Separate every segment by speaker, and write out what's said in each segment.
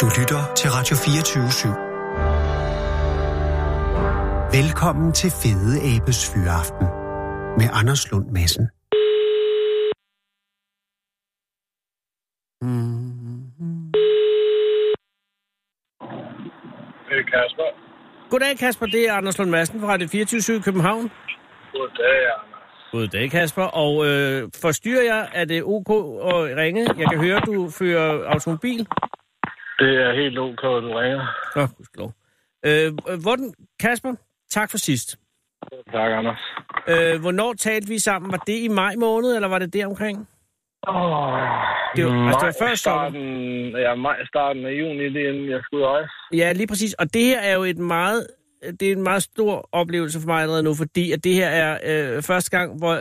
Speaker 1: Du lytter til Radio 24 /7. Velkommen til Fede Abes Fyraften med Anders Lund Madsen.
Speaker 2: Mm-hmm.
Speaker 3: Det er Øh, Kasper.
Speaker 2: Goddag Kasper, det er Anders Lund Madsen fra Radio 24 København.
Speaker 3: Goddag, Anders.
Speaker 2: Goddag Kasper, og øh, forstyrrer jeg, er det ok at ringe? Jeg kan høre, du fører automobil.
Speaker 3: Det er helt ok, at du ringer.
Speaker 2: Nå, gudskelov. Øh, hvordan, Kasper, tak for sidst.
Speaker 3: Tak, Anders.
Speaker 2: Øh, hvornår talte vi sammen? Var det i maj måned, eller var det deromkring?
Speaker 3: Oh,
Speaker 2: Det var- altså, det var før
Speaker 3: starten, ja, maj, starten af juni, lige inden jeg skulle rejse.
Speaker 2: Ja, lige præcis. Og det her er jo et meget, det er en meget stor oplevelse for mig allerede nu, fordi at det her er øh, første gang, hvor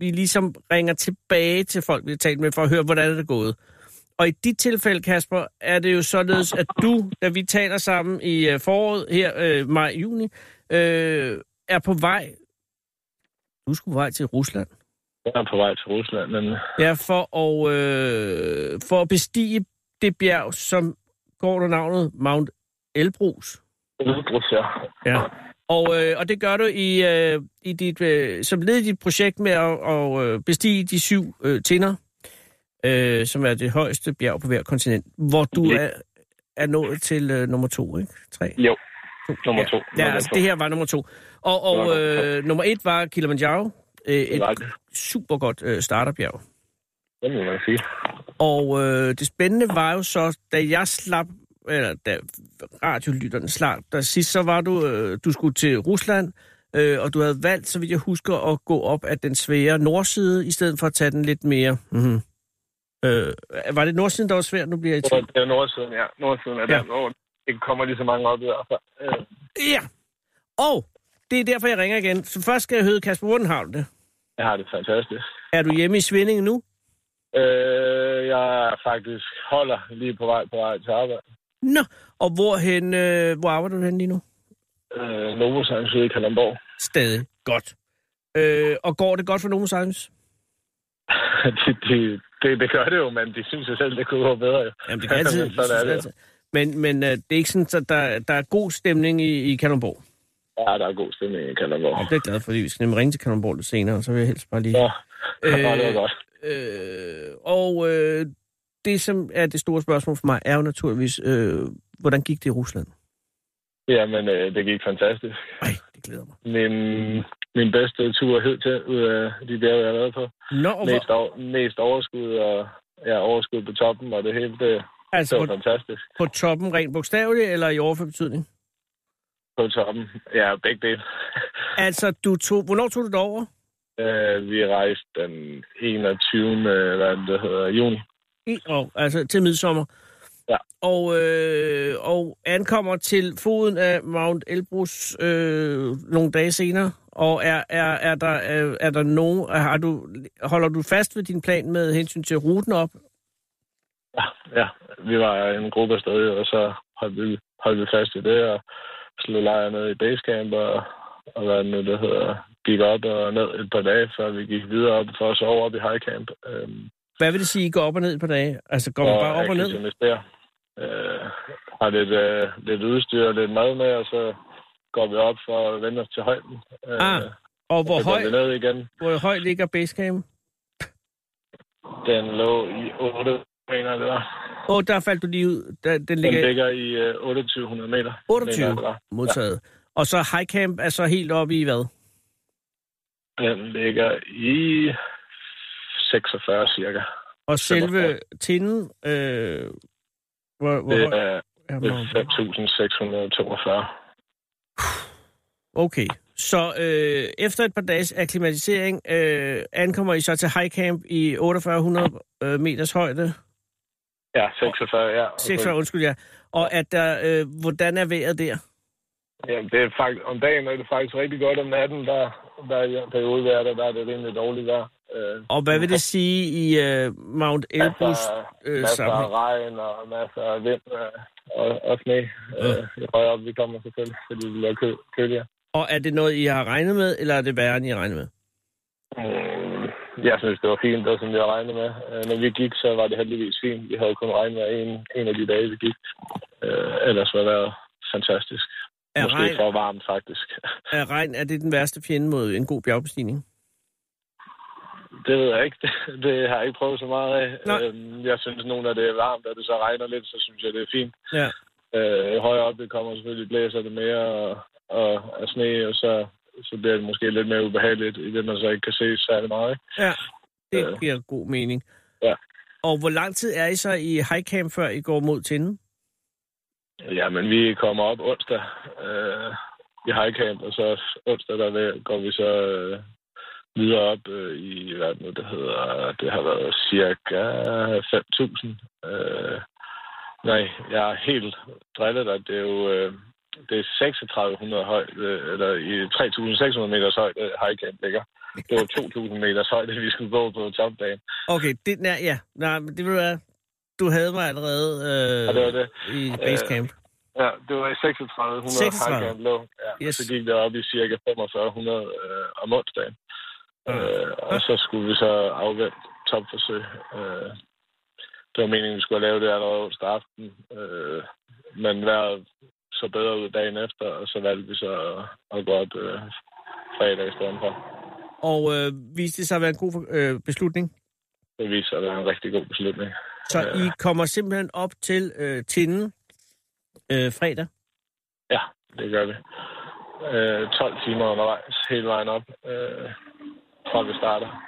Speaker 2: vi ligesom ringer tilbage til folk, vi har talt med, for at høre, hvordan det er gået. Og i dit tilfælde, Kasper, er det jo således, at du, da vi taler sammen i øh, foråret her, øh, maj-juni, øh, er på vej, du skulle på vej til Rusland,
Speaker 3: Jeg er på vej til Rusland, men
Speaker 2: ja, for at, øh, for at bestige det bjerg, som går under navnet Mount Elbrus.
Speaker 3: udbrudt jeg.
Speaker 2: Ja. Og, øh, og det gør du i, øh, i dit, øh, som led i dit projekt med at, at øh, bestige de syv øh, tinder, øh, som er det højeste bjerg på hver kontinent, hvor du
Speaker 3: Ja.
Speaker 2: er, er nået til øh, nummer to, ikke? Tre?
Speaker 3: Jo, nummer to.
Speaker 2: Ja, ja
Speaker 3: Nummer
Speaker 2: altså
Speaker 3: to.
Speaker 2: det her var nummer to. Og,
Speaker 3: Det var
Speaker 2: og
Speaker 3: nummer
Speaker 2: øh, nummer et var Kilimanjaro, øh, et
Speaker 3: rigtigt.
Speaker 2: super godt øh, starterbjerg.
Speaker 3: Det må man sige.
Speaker 2: Og øh, det spændende var jo så, da jeg slap, eller da radiolytterne slap, der sidst så var du, øh, du skulle til Rusland, øh, og du havde valgt, så vidt jeg husker, at gå op af den svære nordside, i stedet for at tage den lidt mere... Mm-hmm. Øh, var det nordsiden, der var svært? Nu bliver jeg i
Speaker 3: Det var-
Speaker 2: tvivl.
Speaker 3: Det er nordsiden, ja. Nordsiden er
Speaker 2: Ja.
Speaker 3: ja. der, hvor det kommer lige så mange op i hvert fald. Øh,
Speaker 2: Ja! Og det er derfor, jeg ringer igen. Så først skal jeg høre, Kasper, hvordan har du det?
Speaker 3: Jeg har det fantastisk.
Speaker 2: Er du hjemme i Svindingen nu?
Speaker 3: Øh, jeg er faktisk holder lige på vej på vej til arbejde.
Speaker 2: Nå, og hvorhen, øh, hvor arbejder du hen lige nu?
Speaker 3: Øh, Novo Sands ude i Kalamborg.
Speaker 2: Stadig godt. Øh, og går det godt for Nomo Science?
Speaker 3: det, det, det, det gør det jo, men de synes jo selv, det kunne gå bedre. Jo.
Speaker 2: Jamen, det kan altid.
Speaker 3: Men sådan er det.
Speaker 2: altid. Men, men øh, det er ikke sådan, at der, der er god stemning i, i Kalundborg.
Speaker 3: Ja, der er god stemning i Kalamborg.
Speaker 2: Jeg bliver glad for, at vi skal nemlig ringe til Kalundborg lidt senere, og så vil jeg helst bare lige...
Speaker 3: Ja, øh, det var godt.
Speaker 2: Øh, og øh, det, som er det store spørgsmål for mig, er jo naturligvis, øh, hvordan gik det i Rusland?
Speaker 3: Jamen, øh, det gik fantastisk.
Speaker 2: Ej, det glæder mig.
Speaker 3: Min, min bedste tur hed til ud af de bjerge, jeg har været på.
Speaker 2: Nå, og
Speaker 3: Mest,
Speaker 2: hvor,
Speaker 3: over, mest overskud og ja, overskud på toppen, og det hele, det, det
Speaker 2: altså
Speaker 3: var
Speaker 2: på,
Speaker 3: fantastisk.
Speaker 2: på toppen rent bogstaveligt, eller i overført betydning?
Speaker 3: På toppen, ja, begge dele.
Speaker 2: Altså, du tog, hvornår tog du det over?
Speaker 3: Øh, vi rejste den 21. Hvad det hedder, juni.
Speaker 2: I, og, altså til midsommer.
Speaker 3: Ja.
Speaker 2: Og, øh, og ankommer til foden af Mount Elbrus øh, nogle dage senere. Og er, er, er der, øh, er, er der nogen, har du, holder du fast ved din plan med hensyn til ruten op?
Speaker 3: Ja, vi var en gruppe afsted, og så holdt vi, holdt vi fast i det, og slog lejr ned i basecamp, og, og hvad det nu det hedder, gik op og ned et par dage, før vi gik videre op for at sove op i highcamp. Øhm,
Speaker 2: Hvad vil det sige, I går op og ned på dage? Altså går man bare op og ned?
Speaker 3: Der. Øh, har lidt, øh, lidt udstyr og lidt mad med, og så går vi op for at vende os til højden. Øh,
Speaker 2: Ah, Og hvor
Speaker 3: så går
Speaker 2: høj,
Speaker 3: vi ned igen.
Speaker 2: hvor høj ligger basecamp?
Speaker 3: Den lå i 8 meter, eller hvad?
Speaker 2: Åh, oh, der faldt du lige ud. Der, den
Speaker 3: Den
Speaker 2: ligger
Speaker 3: ligger i øh, 2800 meter.
Speaker 2: 28.
Speaker 3: Mener jeg,
Speaker 2: modtaget. Og så highcamp er så helt oppe i hvad?
Speaker 3: Den ligger i 46 cirka.
Speaker 2: Og selve tinden, øh, hvor, hvor
Speaker 3: Det
Speaker 2: høj?
Speaker 3: er
Speaker 2: Ja,
Speaker 3: det
Speaker 2: Mount Everest.
Speaker 3: er 5.642.
Speaker 2: Okay, så øh, efter et par dages akklimatisering øh, ankommer I så til High Camp i 4800 øh, meters højde.
Speaker 3: Ja, 46, ja.
Speaker 2: 46, undskyld ja. Og at der, øh, hvordan er vejret der?
Speaker 3: Jamen, det er faktisk, om dagen er det faktisk rigtig godt, om natten, der, der er en periode hver, der, der er det rimelig dårligt vejr. Øh,
Speaker 2: Og hvad vil det sige i øh, Mount
Speaker 3: Altså,
Speaker 2: Elbrus
Speaker 3: masser,
Speaker 2: øh,
Speaker 3: masser af
Speaker 2: sammenhæng?
Speaker 3: regn og masser af vind øh, og, og sne. Øh, jo højere op vi kommer selvfølgelig, fordi det bliver kø, køligere.
Speaker 2: Og er det noget, I har regnet med, eller er det værre, end I regner med?
Speaker 3: Mm, jeg synes, det var fint, og som jeg regnede med. Øh, når vi gik, så var det heldigvis fint. Vi havde kun regnet med en, en af de dage, vi gik. Øh, ellers var det fantastisk.
Speaker 2: Er
Speaker 3: Måske
Speaker 2: regn-
Speaker 3: for varmt, faktisk.
Speaker 2: Er regn, er det den værste fjende mod en god bjergbestigning?
Speaker 3: Det ved jeg ikke. Det, det har jeg ikke prøvet så meget af.
Speaker 2: Nej.
Speaker 3: Øhm, jeg synes, nu når det er varmt, og det så regner lidt, så synes jeg, det er fint.
Speaker 2: Ja.
Speaker 3: Øh, højere op det kommer selvfølgelig blæser det mere og, og er sne, og så, så bliver det måske lidt mere ubehageligt, i det man så ikke kan se særlig meget. Ikke?
Speaker 2: Ja, det
Speaker 3: Øh.
Speaker 2: giver god mening.
Speaker 3: Ja.
Speaker 2: Og hvor lang tid er I så i highcamp, før I går mod tinden?
Speaker 3: Ja, men vi kommer op onsdag øh, i highcamp, og så onsdag der ved- går vi så øh, videre op øh, i, hvad er det nu, det hedder, det har været cirka 5.000. Øh, nej, jeg er helt drillet, og det er jo øh, det er 3600 høj, øh, eller i 3600 meters højde øh, highcamp ligger. Det var 2000 meters højde, vi skulle gå på topdagen.
Speaker 2: Okay, det, nej, ja, nej, men det vil være, du havde mig allerede øh,
Speaker 3: Og det var det.
Speaker 2: i basecamp.
Speaker 3: Ja, det var i 3600
Speaker 2: 36.
Speaker 3: Hakan lå. Ja,
Speaker 2: Yes.
Speaker 3: yes. Så gik det op i cirka 4500 øh, om onsdagen.
Speaker 2: Ja.
Speaker 3: Øh, og så skulle vi så afvente topforsøg. Øh, det var meningen, vi skulle lave det allerede onsdag aften. Øh, men vejret så bedre ud dagen efter, og så valgte vi så at, at gå op øh, fredag i stedet for.
Speaker 2: Og øh, viste det sig at være en god øh, beslutning?
Speaker 3: Det viste sig at være en rigtig god beslutning.
Speaker 2: Så
Speaker 3: Ja.
Speaker 2: I kommer simpelthen op til øh, tinden øh, fredag?
Speaker 3: Ja, det gør vi. Øh, 12 timer undervejs, hele vejen op, øh, fra vi starter.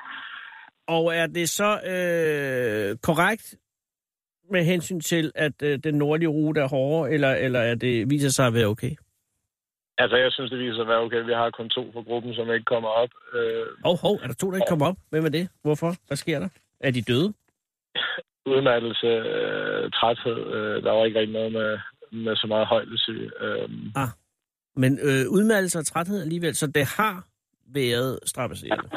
Speaker 2: Og er det så øh, korrekt med hensyn til, at øh, den nordlige rute er hårdere, eller, eller er det, viser sig at være okay?
Speaker 3: Altså, jeg synes, det viser sig at være okay. Vi har kun to fra gruppen, som ikke kommer op. Øh,
Speaker 2: Hov, hov, er der to, der ikke kommer op? Hvem er det? Hvorfor? Hvad sker der? Er de døde?
Speaker 3: udmattelse, øh, træthed. Øh, der var ikke rigtig noget med, med så meget højdesyge. Øh,
Speaker 2: Men øh, udmattelse og træthed alligevel, så det har været straffesættet.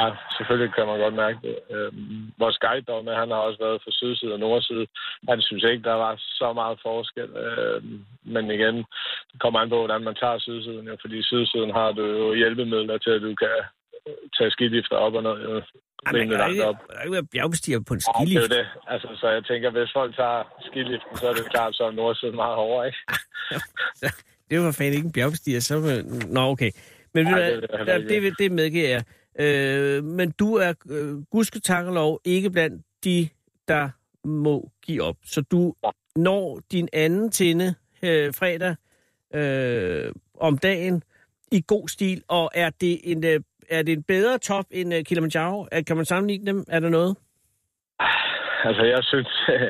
Speaker 3: ja, selvfølgelig kan man godt mærke det. Øh, vores guide dog med, han har også været fra sydside og nordside. Han synes ikke, der var så meget forskel. Øh, men igen, det kommer an på, hvordan man tager sydsiden. Jo, fordi sydsiden har du jo hjælpemidler til, at du kan tage skidifter op og ned. Jo,
Speaker 2: Ej, man
Speaker 3: rimelig
Speaker 2: kan da
Speaker 3: langt
Speaker 2: ikke,
Speaker 3: op.
Speaker 2: man kan ikke være bjergbestiger på en
Speaker 3: Ja, det er
Speaker 2: skilift.
Speaker 3: jo det. Altså, så jeg tænker, hvis folk tager skiliften, så er det jo klart, så er nordsiden meget hårdere, ikke?
Speaker 2: Det var fanden ikke en bjergbestiger, så... øh, Nå, okay. Men
Speaker 3: Ej,
Speaker 2: Ej,
Speaker 3: det
Speaker 2: det,
Speaker 3: vil jeg heller
Speaker 2: det,
Speaker 3: ikke.
Speaker 2: det, det medgiver jeg. Øh, men du er, øh, gudske takkelov, ikke blandt de, der må give op. Så du når din anden tinde øh, fredag øh, om dagen i god stil, og er det en, øh, er det en bedre top end øh, Kilimanjaro? Er, kan man sammenligne dem? Er der noget?
Speaker 3: Altså, jeg synes,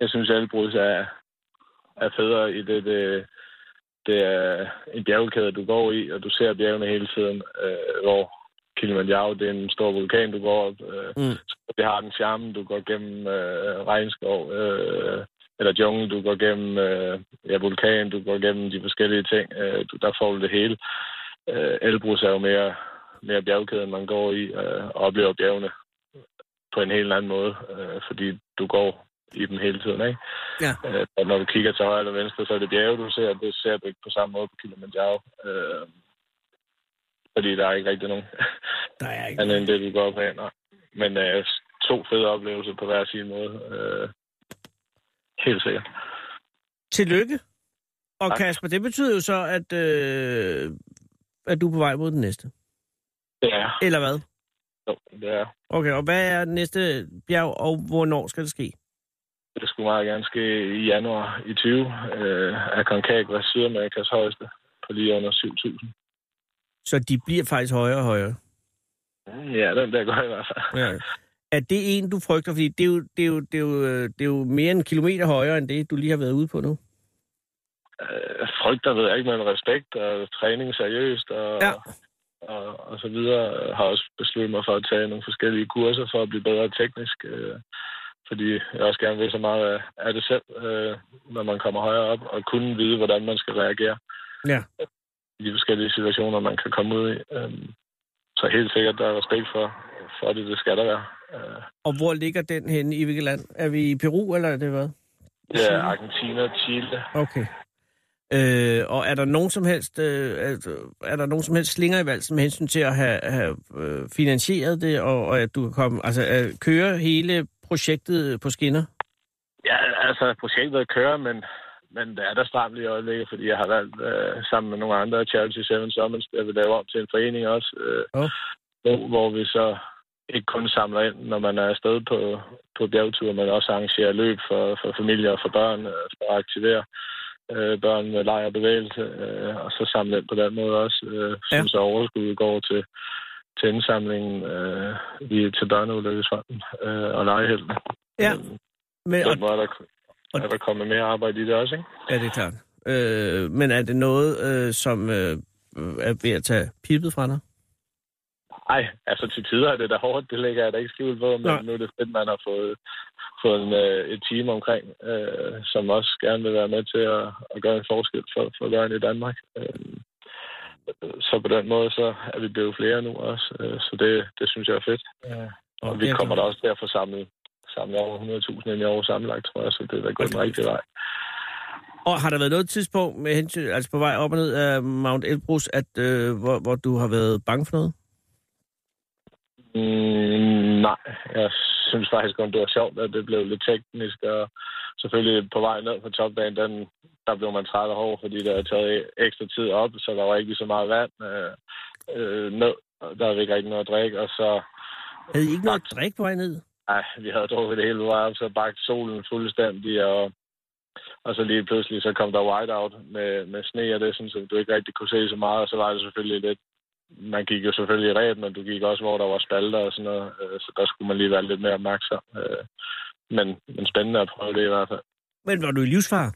Speaker 3: jeg synes, Albrus er, er federe i det, det, det er en bjergkæde, du går i, og du ser bjergene hele tiden, øh, hvor Kilimanjaro, det er en stor vulkan, du går op. Øh,
Speaker 2: Mm.
Speaker 3: så det har den charme, du går gennem øh, regnskov, øh, eller jungle, du går gennem øh, ja, vulkan, du går gennem de forskellige ting. Øh, du, der får du det hele. Øh, Elbrus er jo mere, mere bjergkæden, man går i øh, og oplever bjergene på en helt anden måde, øh, fordi du går i dem hele tiden, ikke?
Speaker 2: Ja.
Speaker 3: Øh, og når du kigger til højre eller venstre, så er det bjerge, du ser, det ser du ikke på samme måde på Kilimanjaro. Øh, fordi der er ikke rigtig nogen
Speaker 2: Der er ikke.
Speaker 3: andet end det, du går op ad. Nej. Men øh, to fede oplevelser på hver sin måde. Øh, helt sikkert.
Speaker 2: Tillykke. Og
Speaker 3: Tak.
Speaker 2: Kasper, det betyder jo så, at, øh, at du er på vej mod den næste.
Speaker 3: Det er
Speaker 2: Eller hvad?
Speaker 3: jo, det er.
Speaker 2: Okay, og hvad er den næste bjerg, og hvornår skal det ske?
Speaker 3: Det skulle meget gerne ske i januar i 20. Øh, at Concagua Sydamerikas højeste på lige under 7.000.
Speaker 2: Så de bliver faktisk højere og højere.
Speaker 3: Ja, den der går i hvert fald.
Speaker 2: Ja. Er det en, du frygter? Fordi det er, jo, det, er jo, det, er jo, øh, det er jo mere end en kilometer højere, end det, du lige har været ude på nu.
Speaker 3: øh, frygter, ved jeg ikke, men respekt og træning seriøst og,
Speaker 2: Ja.
Speaker 3: ja. og, og så videre. Jeg har også besluttet mig for at tage nogle forskellige kurser for at blive bedre teknisk, øh, fordi jeg også gerne vil så meget af- af det selv, øh, når man kommer højere op, og kunne vide, hvordan man skal reagere
Speaker 2: Ja.
Speaker 3: i de forskellige situationer, man kan komme ud i. Øh, så helt sikkert, der er respekt for, for det, det skal der være. Øh,
Speaker 2: Og hvor ligger den henne? I hvilket land? Er vi i Peru, eller er det hvad?
Speaker 3: det er Argentina, Chile,
Speaker 2: Okay. Øh, og er der nogen som helst øh, er- er der nogen som helst slinger i valsen med hensyn til at have, have øh, finansieret det og, og at du kan komme altså at køre hele projektet på skinner?
Speaker 3: Ja, altså projektet kører, men, men det er der stramt lige i øjeblikket, fordi jeg har valgt øh, sammen med nogle andre Charity Seven Summons, der vil lave om til en forening også, øh,
Speaker 2: Åh.
Speaker 3: hvor- hvor vi så ikke kun samler ind, når man er afsted på, på bjergtur, men også arrangerer løb for, for familier og for børn, øh, for at aktivere øh, børn med leg og bevægelse, øh, og så samle ind på den måde også, øh, som
Speaker 2: Ja.
Speaker 3: så overskuddet går til, til indsamlingen øh, i, til børneulykkesfonden øh, og legehjælpen.
Speaker 2: Ja.
Speaker 3: Øhm,
Speaker 2: Men,
Speaker 3: på
Speaker 2: og,
Speaker 3: den måde er der,
Speaker 2: og-
Speaker 3: er der kommet mere arbejde i det også, ikke?
Speaker 2: ja, det er klart. Øh, men er det noget, øh, som øh, er ved at tage pippet fra dig?
Speaker 3: Nej, altså til tider er det da hårdt, det lægger jeg da ikke skjult på, men
Speaker 2: Nej.
Speaker 3: Nej. nu er det fedt, man har fået, fået en, øh, et team omkring, øh, som også gerne vil være med til at, at gøre en forskel for, for børn i Danmark. Øh, så på den måde, så er vi blevet flere nu også, øh, så det, det synes jeg er fedt. Øh, og vi
Speaker 2: det er
Speaker 3: kommer da
Speaker 2: klart.
Speaker 3: også til at få samlet, samlet over 100.000 ind i år sammenlagt, tror jeg, så det er da gået
Speaker 2: Hold
Speaker 3: den
Speaker 2: da
Speaker 3: rigtige vej.
Speaker 2: Og har der været noget tidspunkt med hensyn, altså på vej op og ned af Mount Elbrus, at, øh, hvor, hvor du har været bange for noget?
Speaker 3: Mm, nej, jeg synes faktisk kun, det var sjovt, at det blev lidt teknisk, og selvfølgelig på vej ned på topbanen, den, der blev man træt af hår, fordi der er taget ekstra tid op, så der var ikke lige så meget vand øh, øh, ned, og der var ikke rigtig noget at drikke, og så,
Speaker 2: Havde I ikke noget at drikke på vej ned?
Speaker 3: ej, vi havde drukket det hele vejen op, så bagte solen fuldstændig, og, og så lige pludselig, så kom der whiteout med, med sne, og det sådan, så du ikke rigtig kunne se så meget, og så var det selvfølgelig lidt man gik jo selvfølgelig i ret, men du gik også, hvor der var spalter og sådan noget, øh, så der skulle man lige være lidt mere opmærksom. øh. Men, men spændende at prøve det i hvert fald.
Speaker 2: Men var du i livsfar?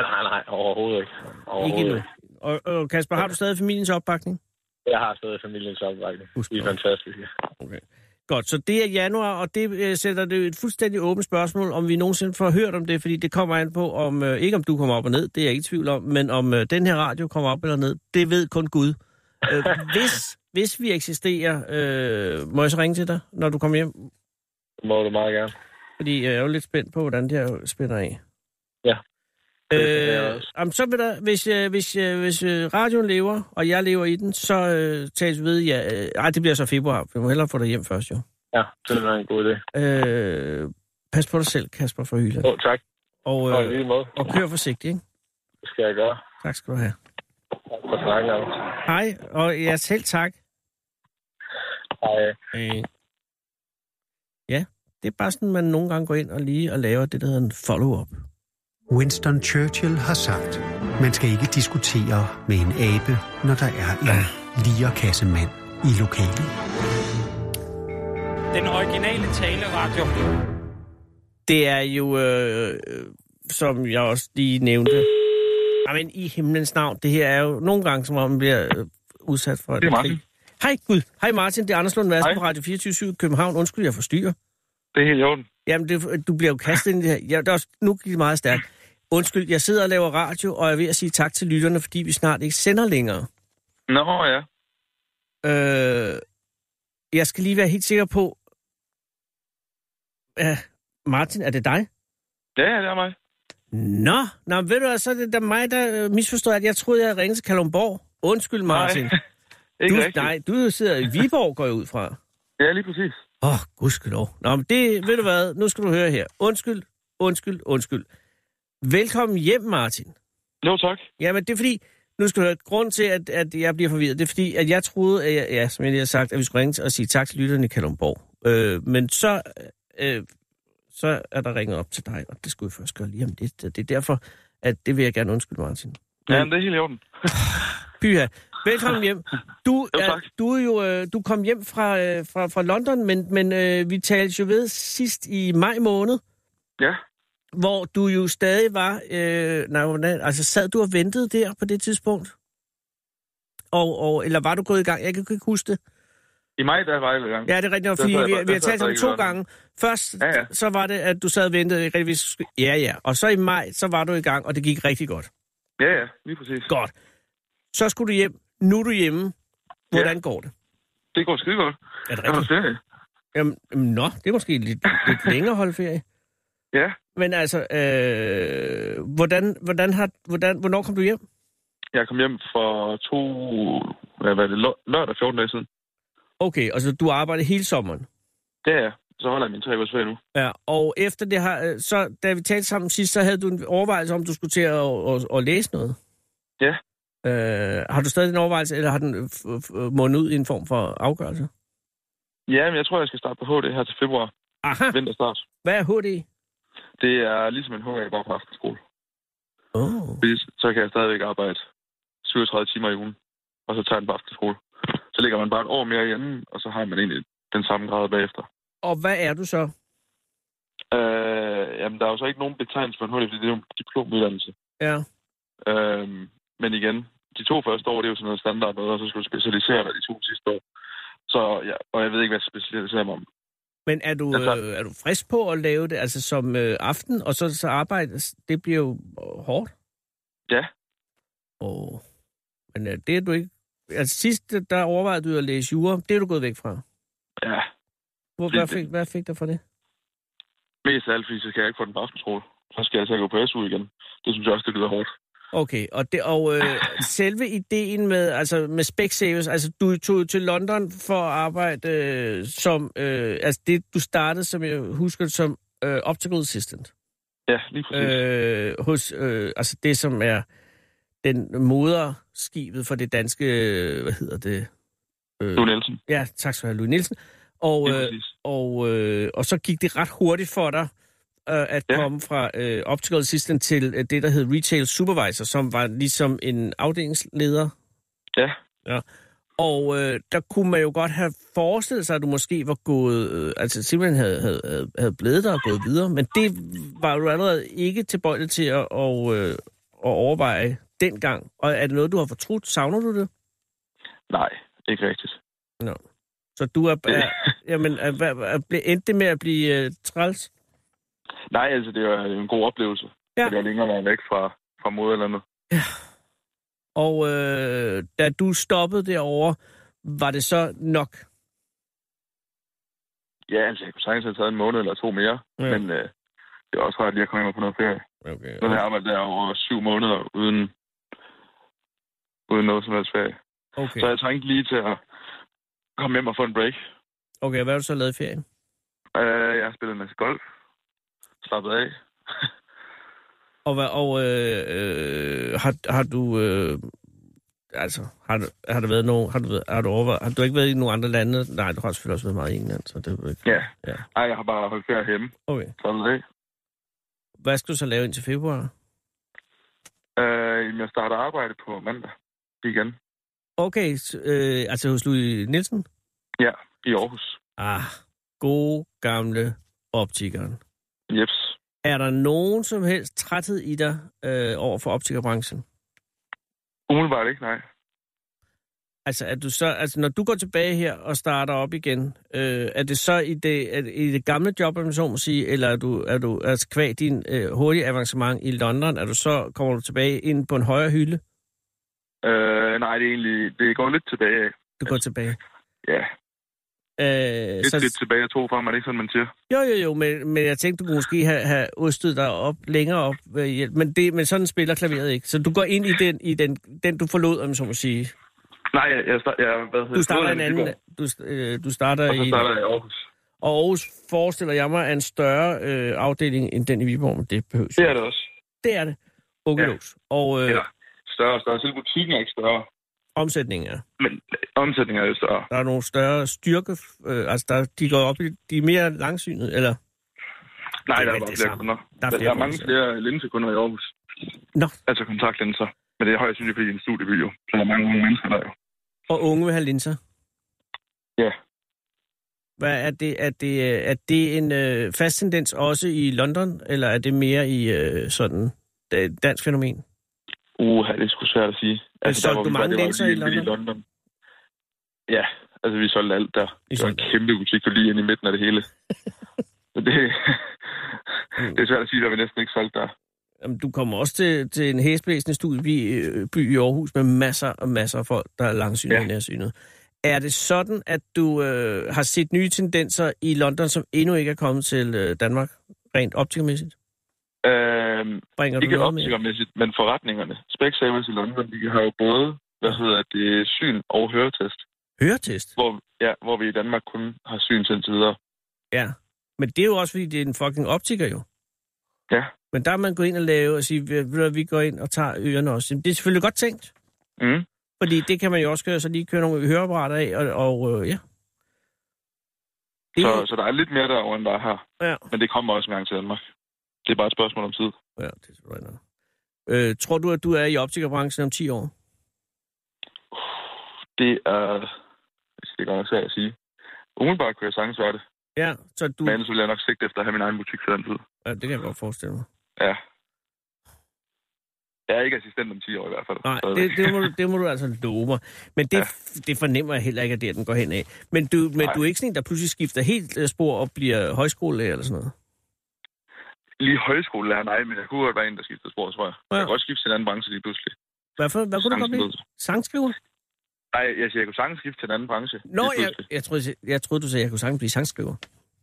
Speaker 3: Nej, nej, nej, overhovedet ikke. Overhovedet
Speaker 2: Ikke endnu. Og, og Kasper, har du stadig familiens opbakning?
Speaker 3: Jeg har stadig familiens opbakning.
Speaker 2: Husk
Speaker 3: De er
Speaker 2: det.
Speaker 3: fantastiske.
Speaker 2: Godt, så det er januar, og det øh, sætter det jo et fuldstændig åbent spørgsmål, om vi nogensinde får hørt om det, fordi det kommer an på, om øh, ikke om du kommer op og ned, det er jeg ikke i tvivl om, men om øh, den her radio kommer op eller ned, det ved kun Gud. Øh, hvis, hvis vi eksisterer, øh, må jeg så ringe til dig, når du kommer hjem?
Speaker 3: Det må du meget gerne.
Speaker 2: Fordi jeg er jo lidt spændt på, hvordan det her spænder af.
Speaker 3: Ja. Det er jeg
Speaker 2: Øh,
Speaker 3: også.
Speaker 2: jamen, så vil der, hvis, øh, hvis, øh, hvis øh, radioen lever, og jeg lever i den, så øh, tages vi ved, ja, øh, ej, det bliver så februar, vi må hellere få dig hjem først, jo.
Speaker 3: Ja, det vil være en god idé.
Speaker 2: Øh, pas på dig selv, Kasper fra Hyland.
Speaker 3: Åh, tak. Og
Speaker 2: Og,
Speaker 3: i
Speaker 2: øh,
Speaker 3: lige måde.
Speaker 2: og kør forsigtigt, ikke?
Speaker 3: Det skal jeg gøre.
Speaker 2: Tak skal du have.
Speaker 3: Tak for snakken, Anders.
Speaker 2: Hej, og ja, selv tak.
Speaker 3: Hej.
Speaker 2: Øh. Ja, det er bare sådan, man nogle gange går ind og lige og laver det, der hedder en follow-up.
Speaker 1: Winston Churchill har sagt, man skal ikke diskutere med en abe, når der er en lierkassemand i lokalet.
Speaker 4: Den originale taleradio.
Speaker 2: Det er jo, øh, øh, som jeg også lige nævnte, Jamen, i himlens navn, det her er jo nogle gange, som om man bliver øh, udsat for
Speaker 3: Det er
Speaker 2: en
Speaker 3: Martin.
Speaker 2: krig. Hej Gud, hej Martin, det er Anders Lund Madsen
Speaker 3: Hej.
Speaker 2: på Radio 24 København. Undskyld, jeg forstyrrer.
Speaker 3: Det er helt i orden.
Speaker 2: Jamen, det, du bliver jo kastet ind i det her. Jeg, det er også, nu gik det meget stærkt. Undskyld, jeg sidder og laver radio, og jeg er ved at sige tak til lytterne, fordi vi snart ikke sender længere.
Speaker 4: Nå ja.
Speaker 2: Øh, jeg skal lige være helt sikker på... Ja, Martin, er det dig?
Speaker 4: Ja, ja, det er mig.
Speaker 2: Nå, nå ved du hvad, så er det da mig, der øh, misforstod, at jeg troede, jeg ringede til Kalumborg. Undskyld, Martin.
Speaker 4: Nej, ikke
Speaker 2: du,
Speaker 4: rigtigt.
Speaker 2: nej, du sidder i Viborg, går jeg ud fra.
Speaker 4: Ja, lige præcis.
Speaker 2: Åh, oh, gudskelov. Nå, men det, ved du hvad, nu skal du høre her. Undskyld, undskyld, undskyld. Velkommen hjem, Martin.
Speaker 4: Jo, tak.
Speaker 2: Jamen, det er fordi, nu skal du høre, grund til, at, at jeg bliver forvirret, det er fordi, at jeg troede, at jeg, ja, som jeg lige har sagt, at vi skulle ringe til- og sige tak til lytterne i Kalundborg. Øh, men så, øh, så er der ringet op til dig, og det skulle vi først gøre lige om lidt. Det er derfor, at det vil jeg gerne undskylde, Martin.
Speaker 4: Ja, men det er helt i orden.
Speaker 2: Pyha, velkommen hjem. Du,
Speaker 4: Jo,
Speaker 2: er,
Speaker 4: tak.
Speaker 2: du, er jo, øh, du kom hjem fra, øh, fra, fra London, men, men øh, vi talte jo ved sidst i maj måned,
Speaker 4: Ja.
Speaker 2: hvor du jo stadig var... Øh, nej, hvordan- altså sad du og ventede der på det tidspunkt? Og, og, eller var du gået i gang? Jeg kan ikke huske det.
Speaker 4: I maj, der var jeg i gang.
Speaker 2: Ja, det er rigtigt, nok,
Speaker 4: Der
Speaker 2: fordi
Speaker 4: sad jeg
Speaker 2: vi,
Speaker 4: bare-
Speaker 2: vi
Speaker 4: der
Speaker 2: har
Speaker 4: sad jeg
Speaker 2: talt sammen
Speaker 4: bare
Speaker 2: to
Speaker 4: ikke i
Speaker 2: gange. Først ja,
Speaker 4: Ja,
Speaker 2: ja.
Speaker 4: ja.
Speaker 2: så var det, at du sad og ventede. Ikke rigtig, vidste- ja, ja. Og så i maj, så var du i gang, og det gik rigtig godt.
Speaker 4: Ja, ja, lige præcis.
Speaker 2: Godt. Så skulle du hjem. Nu er du hjemme.
Speaker 4: Ja.
Speaker 2: Hvordan går det?
Speaker 4: Det går skide godt.
Speaker 2: Er det
Speaker 4: Jeg var
Speaker 2: rigtigt?
Speaker 4: ferie.
Speaker 2: Jamen, jamen, nå, det er måske lidt, lidt længere at holde ferie.
Speaker 3: Ja,
Speaker 2: Men altså, øh, hvordan, hvordan har, hvordan, hvornår kom du hjem?
Speaker 3: jeg kom hjem for to... Hvad var det? lø- Lørdag 14 dage siden.
Speaker 2: Okay, altså du arbejdede hele sommeren.
Speaker 3: Ja, ja. Så holder jeg min tre ugers ferie nu.
Speaker 2: Ja, og efter det har, øh, så da vi talte sammen sidst, så havde du en overvejelse om, du skulle til at, at, at læse noget.
Speaker 3: Ja.
Speaker 2: Øh, har du stadig den overvejelse, eller har den øh, f- f- mundet ud i en form for afgørelse?
Speaker 3: Ja, men jeg tror, jeg skal starte på HD her til februar.
Speaker 2: Aha,
Speaker 3: Vinterstart.
Speaker 2: hvad er HD?
Speaker 3: Det er ligesom en HA bare på aftenskole.
Speaker 2: Oh.
Speaker 3: Fordi så kan jeg stadigvæk arbejde 37 timer i ugen, og så tager den på aftenskole. Så ligger man bare et år mere i anden, og så har man egentlig den samme grad bagefter.
Speaker 2: Og hvad er du så?
Speaker 3: Øh, jamen, der er jo så ikke nogen betegnelse for en hul, fordi det er jo en diplomuddannelse.
Speaker 2: Ja.
Speaker 3: Øh, men igen, de to første år, det er jo sådan noget standard noget, og så skal du specialisere dig de to sidste år. Så, ja, og jeg ved ikke, hvad jeg specialiserer mig om.
Speaker 2: Men er du,
Speaker 3: Altså-
Speaker 2: øh, er du frisk på at lave det, altså som øh, aften, og så, så arbejde? Det bliver jo øh, hårdt.
Speaker 3: Ja.
Speaker 2: Oh. Men øh, det er du ikke... Altså sidst, øh, der overvejede du at læse jura. Det er du gået væk fra.
Speaker 3: Ja,
Speaker 2: Hvor,
Speaker 3: Det-
Speaker 2: hvad, fik, hvad fik du for det?
Speaker 3: mest af alt, fordi så kan jeg ikke få den på aftenskole. Så skal jeg til at gå på SU igen. Det synes jeg også, det lyder hårdt.
Speaker 2: Okay, og, det, og øh, selve ideen med, altså med Specsavers, altså du tog jo til London for at arbejde øh, som, øh, altså det du startede, som jeg husker, det, som øh, optical assistant
Speaker 3: Ja, lige præcis. Øh.
Speaker 2: øh, hos, øh, altså det som er den moderskibet for det danske, øh, hvad hedder det? Øh,
Speaker 3: Du, Nielsen.
Speaker 2: ja, tak skal du have, Louis Nielsen. Og,
Speaker 3: Lige
Speaker 2: øh,
Speaker 3: præcis.
Speaker 2: og, øh, og så gik det ret hurtigt for dig øh, at ja.
Speaker 3: Ja.
Speaker 2: komme fra øh, Optical Assistant til øh, det, der hed Retail Supervisor, som var ligesom en afdelingsleder.
Speaker 3: Ja.
Speaker 2: ja. Og øh, der kunne man jo godt have forestillet sig, at du måske var gået, øh, altså simpelthen havde, havde, havde- havde blevet der og gået videre, men det var du allerede ikke tilbøjelig til at, og, øh, at overveje dengang. Og er det noget, du har fortrudt? Savner du det?
Speaker 3: Nej, ikke rigtigt.
Speaker 2: Så du er,
Speaker 3: Ja.
Speaker 2: er jamen, er, er, er, endte det med at blive øh, træls?
Speaker 3: Nej, altså, det var en god oplevelse.
Speaker 2: Ja.
Speaker 3: Ja. Det var længere været væk fra, fra moderlandet.
Speaker 2: Og øh, da du stoppede derovre, var det så nok?
Speaker 3: Ja, altså, jeg kunne sagtens have taget en måned eller to mere,
Speaker 2: Ja.
Speaker 3: ja. men øh, det er også rart lige at komme hjem og på noget ferie.
Speaker 2: Okay.
Speaker 3: Nu har jeg arbejdet der over syv måneder uden, uden noget som helst ferie. Okay. Så
Speaker 2: Okay.
Speaker 3: jeg trængte lige til at komme hjem og få en break.
Speaker 2: okay, hvad har du så lavet i ferien?
Speaker 3: Øh, jeg har spillet en masse golf, slappet af.
Speaker 2: Og, hvad, og øh, øh, har, har du... Øh, altså, har, du- har der været nogen... Har du, været- har, du overvejet, har du ikke været i nogle andre lande? Nej, du har selvfølgelig også været meget i England, så det er jo ikke...
Speaker 3: Ja.
Speaker 2: Ja.
Speaker 3: Ej, jeg har bare holdt ferie hjemme,
Speaker 2: Okay.
Speaker 3: slappet af.
Speaker 2: Hvad skal du så lave indtil februar?
Speaker 3: Øh, jamen, jeg starter arbejde på mandag igen
Speaker 2: Okay, s- øh, altså hos Louis Nielsen?
Speaker 3: i Aarhus.
Speaker 2: Ah, gode gamle optikeren.
Speaker 3: Jeps.
Speaker 2: Er der nogen som helst træthed i dig øh, over for optikerbranchen?
Speaker 3: Umiddelbart ikke, nej.
Speaker 2: Altså, er du så, altså, når du går tilbage her og starter op igen, øh, er det så i det, er det i det gamle job, om jeg så må sige, eller er du, er du altså, kvæg din øh, hurtige avancement i London, er du så, kommer du tilbage ind på en højere hylde?
Speaker 3: Øh, nej, det er egentlig, det går lidt tilbage. af.
Speaker 2: Du går tilbage.
Speaker 3: Ja,
Speaker 2: Øh,
Speaker 3: lidt, så... lidt
Speaker 2: så,
Speaker 3: tilbage af to fra, man ikke sådan, man siger.
Speaker 2: jo, jo, jo, men, men jeg tænkte, du kunne måske have, have ostet dig op, længere op ved hjælp, men, det, men sådan spiller klaveret ikke. Så du går ind i den, i den, den du forlod, om jeg så må sige.
Speaker 3: Nej, jeg, jeg, start, jeg hvad hedder
Speaker 2: Du
Speaker 3: det?
Speaker 2: starter en
Speaker 3: Uddannet i
Speaker 2: anden,
Speaker 3: Viborg,
Speaker 2: du, øh, du starter
Speaker 3: Og så
Speaker 2: i...
Speaker 3: starter jeg i Aarhus.
Speaker 2: Og Aarhus forestiller jeg mig er en større øh, afdeling end den i Viborg, men det behøves
Speaker 3: Det
Speaker 2: jo
Speaker 3: er det også.
Speaker 2: ikke. Det er det. Okay,
Speaker 3: Ja.
Speaker 2: ja. Og øh, ja.
Speaker 3: Ja. Større og større. Selv butikken er ikke større,
Speaker 2: omsætningen er.
Speaker 3: men omsætningen er jo større.
Speaker 2: Der er nogle større styrke, øh, altså der, de går op i, de er mere langsynede, eller?
Speaker 3: Nej,
Speaker 2: Det er
Speaker 3: der er
Speaker 2: vel
Speaker 3: bare flere
Speaker 2: det samme.
Speaker 3: kunder.
Speaker 2: Der er flere
Speaker 3: der er mange
Speaker 2: kunder.
Speaker 3: flere linsekunder i Aarhus.
Speaker 2: Nå.
Speaker 3: Altså kontaktlinser. Men det er højst sandsynligt, fordi det er en studieby jo. Så der er mange unge mennesker der jo.
Speaker 2: Og unge vil have linser?
Speaker 3: Ja.
Speaker 2: Hvad er det, er det, øh, er det en øh, fast tendens også i London, eller er det mere i øh, sådan øh, dansk fænomen?
Speaker 3: Uha, det er sgu svært at sige.
Speaker 2: solgte
Speaker 3: hvor
Speaker 2: du
Speaker 3: vi var,
Speaker 2: mange
Speaker 3: det var jo
Speaker 2: linser
Speaker 3: lige
Speaker 2: i
Speaker 3: midt London? Ja, altså vi solgte alt der.
Speaker 2: I
Speaker 3: Det var en
Speaker 2: solgte alt.
Speaker 3: kæmpe butik, der lige inde i midten af det hele. Så det,
Speaker 2: Mm.
Speaker 3: det er svært at sige, hvad vi næsten ikke solgte der.
Speaker 2: Jamen, du kommer også til, til en hæsblæsende studie øh, by i Aarhus med masser og masser af folk, der er langsynede ja.
Speaker 3: Ja.
Speaker 2: og nærsynede. Er det sådan, at du øh, har set nye tendenser i London, som endnu ikke er kommet til øh, Danmark? rent optikermæssigt?
Speaker 3: Øhm,
Speaker 2: Bringer du
Speaker 3: ikke
Speaker 2: noget med?
Speaker 3: optikermæssigt, men forretningerne. Specsavers i London, de har jo både, hvad hedder det, syn og høretest.
Speaker 2: Høretest?
Speaker 3: Hvor, ja, hvor vi i Danmark kun har syn til indtil videre.
Speaker 2: Ja. Men det er jo også, fordi det er en fucking optiker jo.
Speaker 3: Ja.
Speaker 2: Men der er man gået ind og lave og sige, ved du hvad, vi går ind og tager ørerne også. Jamen, Det er selvfølgelig godt tænkt,
Speaker 3: Mm.
Speaker 2: fordi det kan man jo også gøre, så lige køre nogle høreapparater af, og, og øh, ja. Det,
Speaker 3: Så, så der er lidt mere derovre, end der er her.
Speaker 2: Ja.
Speaker 3: Men det kommer også engang til Danmark. Det er bare et spørgsmål om tid.
Speaker 2: Ja, det er selvfølgelig nok. øh, Tror du, at du er i optikerbranchen om 10 år?
Speaker 3: Det er... Det er godt nok svært at sige. Umiddelbart kunne jeg sagtens være det.
Speaker 2: Ja, så du...
Speaker 3: Men ellers ville jeg nok sigte efter at have min egen butik til den tid.
Speaker 2: Ja, det kan jeg godt forestille mig.
Speaker 3: Ja. Jeg er ikke assistent om 10 år i hvert fald.
Speaker 2: Nej,
Speaker 3: Stadigvæk.
Speaker 2: det, det, må, du- det må du altså love mig. Men det, ja. det fornemmer jeg heller ikke, at det er, den går hen af. Men du, men
Speaker 3: Nej.
Speaker 2: du er ikke sådan en, der pludselig skifter helt øh, spor og bliver højskolelærer eller sådan noget?
Speaker 3: Lige højskolelærer, nej, men jeg kunne godt være en, der skifter spor, tror jeg. Ja.
Speaker 2: Ja.
Speaker 3: Jeg kunne også skifte til en anden branche lige pludselig.
Speaker 2: Hvad, for, hvad kunne du godt blive?
Speaker 3: Samtidig.
Speaker 2: Sangskriver?
Speaker 3: Nej, jeg siger, jeg kunne sagtens skifte til en anden branche.
Speaker 2: Nå,
Speaker 3: lige
Speaker 2: jeg,
Speaker 3: pludselig.
Speaker 2: jeg, troede, jeg troede, du sagde, at jeg kunne sagtens blive sangskriver.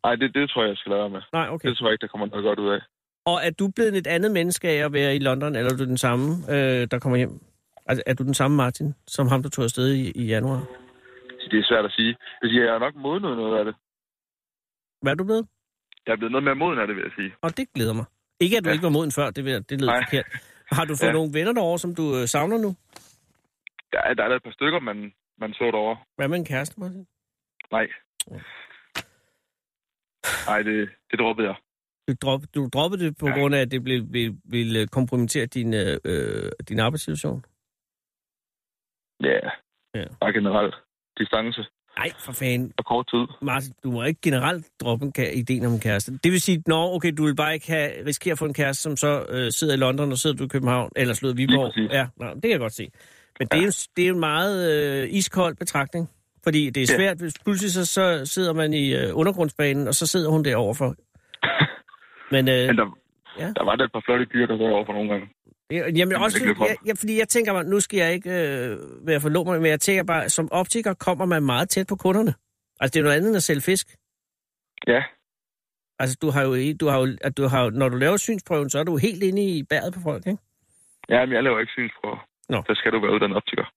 Speaker 3: Nej, det, det tror jeg, jeg skal lade være med.
Speaker 2: Nej, okay.
Speaker 3: Det tror jeg ikke, der kommer noget godt ud af.
Speaker 2: Og er du blevet et andet menneske af at være i London, eller er du den samme, øh, der kommer hjem? Altså, er du den samme Martin, som ham, der tog afsted i, i januar?
Speaker 3: Det er svært at sige. Jeg siger, jeg er nok modnet noget af det.
Speaker 2: Hvad er du blevet?
Speaker 3: Jeg er blevet noget mere moden af det, vil jeg sige.
Speaker 2: Og det glæder mig. Ikke, at du ja.
Speaker 3: Ja.
Speaker 2: ikke var moden før, det, ved jeg- det lyder
Speaker 3: Nej.
Speaker 2: forkert. Har du fået ja.
Speaker 3: Ja.
Speaker 2: nogle venner derovre, som du øh, savner nu?
Speaker 3: Der er, der er da et par stykker, man, man så derovre.
Speaker 2: Hvad med en kæreste, Martin?
Speaker 3: Nej. Nej, det, det droppede jeg.
Speaker 2: Du, drop, du droppede det på ja.
Speaker 3: Ja.
Speaker 2: grund af, at det blev, ville, ville kompromittere din, øh, øh, din arbejdssituation?
Speaker 3: Ja.
Speaker 2: Ja.
Speaker 3: Bare generelt. Distance
Speaker 2: Nej, for fanden.
Speaker 3: og kort tid.
Speaker 2: Martin, du må ikke generelt droppe en ka- ideen om en kæreste. Det vil sige, nå, okay, du vil bare ikke have, risikere at få en kæreste, som så øh, sidder i London, og sidder du i København, eller slået Viborg.
Speaker 3: præcis.
Speaker 2: Ja, nå, det kan jeg godt se. Men det er jo det er en meget øh, iskold betragtning, fordi det er
Speaker 3: Ja.
Speaker 2: svært. Hvis pludselig så, så sidder man i øh, undergrundsbanen, og så sidder hun derovre for. Men, øh,
Speaker 3: Men der,
Speaker 2: Ja.
Speaker 3: ja. der var da et par flotte byer, der var over for nogle gange.
Speaker 2: Ja, Jamen
Speaker 3: man
Speaker 2: også,
Speaker 3: kan løbe om.
Speaker 2: fordi- jeg, jeg, fordi jeg tænker mig, nu skal jeg ikke øh, være for mig, men jeg tænker bare, som optiker kommer man meget tæt på kunderne. Altså det er noget andet end at sælge fisk.
Speaker 3: Ja.
Speaker 2: Altså du har jo, i- du har jo, at du har, jo- når du laver synsprøven, så er du helt inde i bæret på folk, ikke?
Speaker 3: Ja, men jeg laver ikke synsprøver.
Speaker 2: Nå.
Speaker 3: Så skal du være uddannet optiker.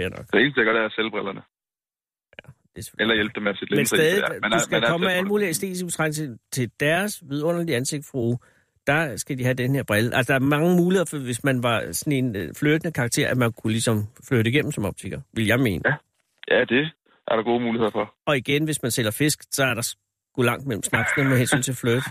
Speaker 2: Fair nok.
Speaker 3: Det eneste, jeg gør, det er at sælge brillerne.
Speaker 2: Det er selvfølgelig-
Speaker 3: Eller hjælpe dem med at sætte
Speaker 2: Men
Speaker 3: linser i.
Speaker 2: stadig,
Speaker 3: Ja, man
Speaker 2: du
Speaker 3: er-
Speaker 2: skal
Speaker 3: man er
Speaker 2: komme med
Speaker 3: tæt på
Speaker 2: alle
Speaker 3: altså, det.
Speaker 2: mulige æstetiske betragtninger til, til deres vidunderlige ansigt, fru. Der skal de have den her brille. Altså der er mange muligheder for, hvis man var sådan en øh, flirtende karakter, at man kunne ligesom flirte igennem som optiker, vil jeg mene.
Speaker 3: Ja, det er der gode muligheder for.
Speaker 2: Og igen, hvis man sælger fisk, så er der sgu langt mellem snapsene med hensyn til flirt.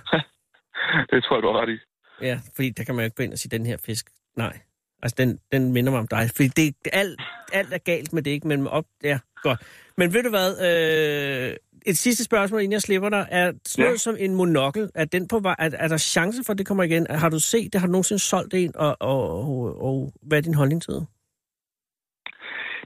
Speaker 3: Det tror jeg, du har ret i.
Speaker 2: Ja, fordi der kan man jo ikke gå ind og sige, den her fisk, nej. Altså, den, den minder mig om dig. Fordi det, alt, alt er galt med det, ikke? Men med op, ja, godt. Men ved du hvad, øh, et sidste spørgsmål, inden jeg slipper dig. Er sådan
Speaker 3: Ja.
Speaker 2: noget som en monokkel, er, den på vej, er, er der chance for, at det kommer igen? Har du set det? Har du nogensinde solgt en? Og, og, og, og hvad er din holdning til det?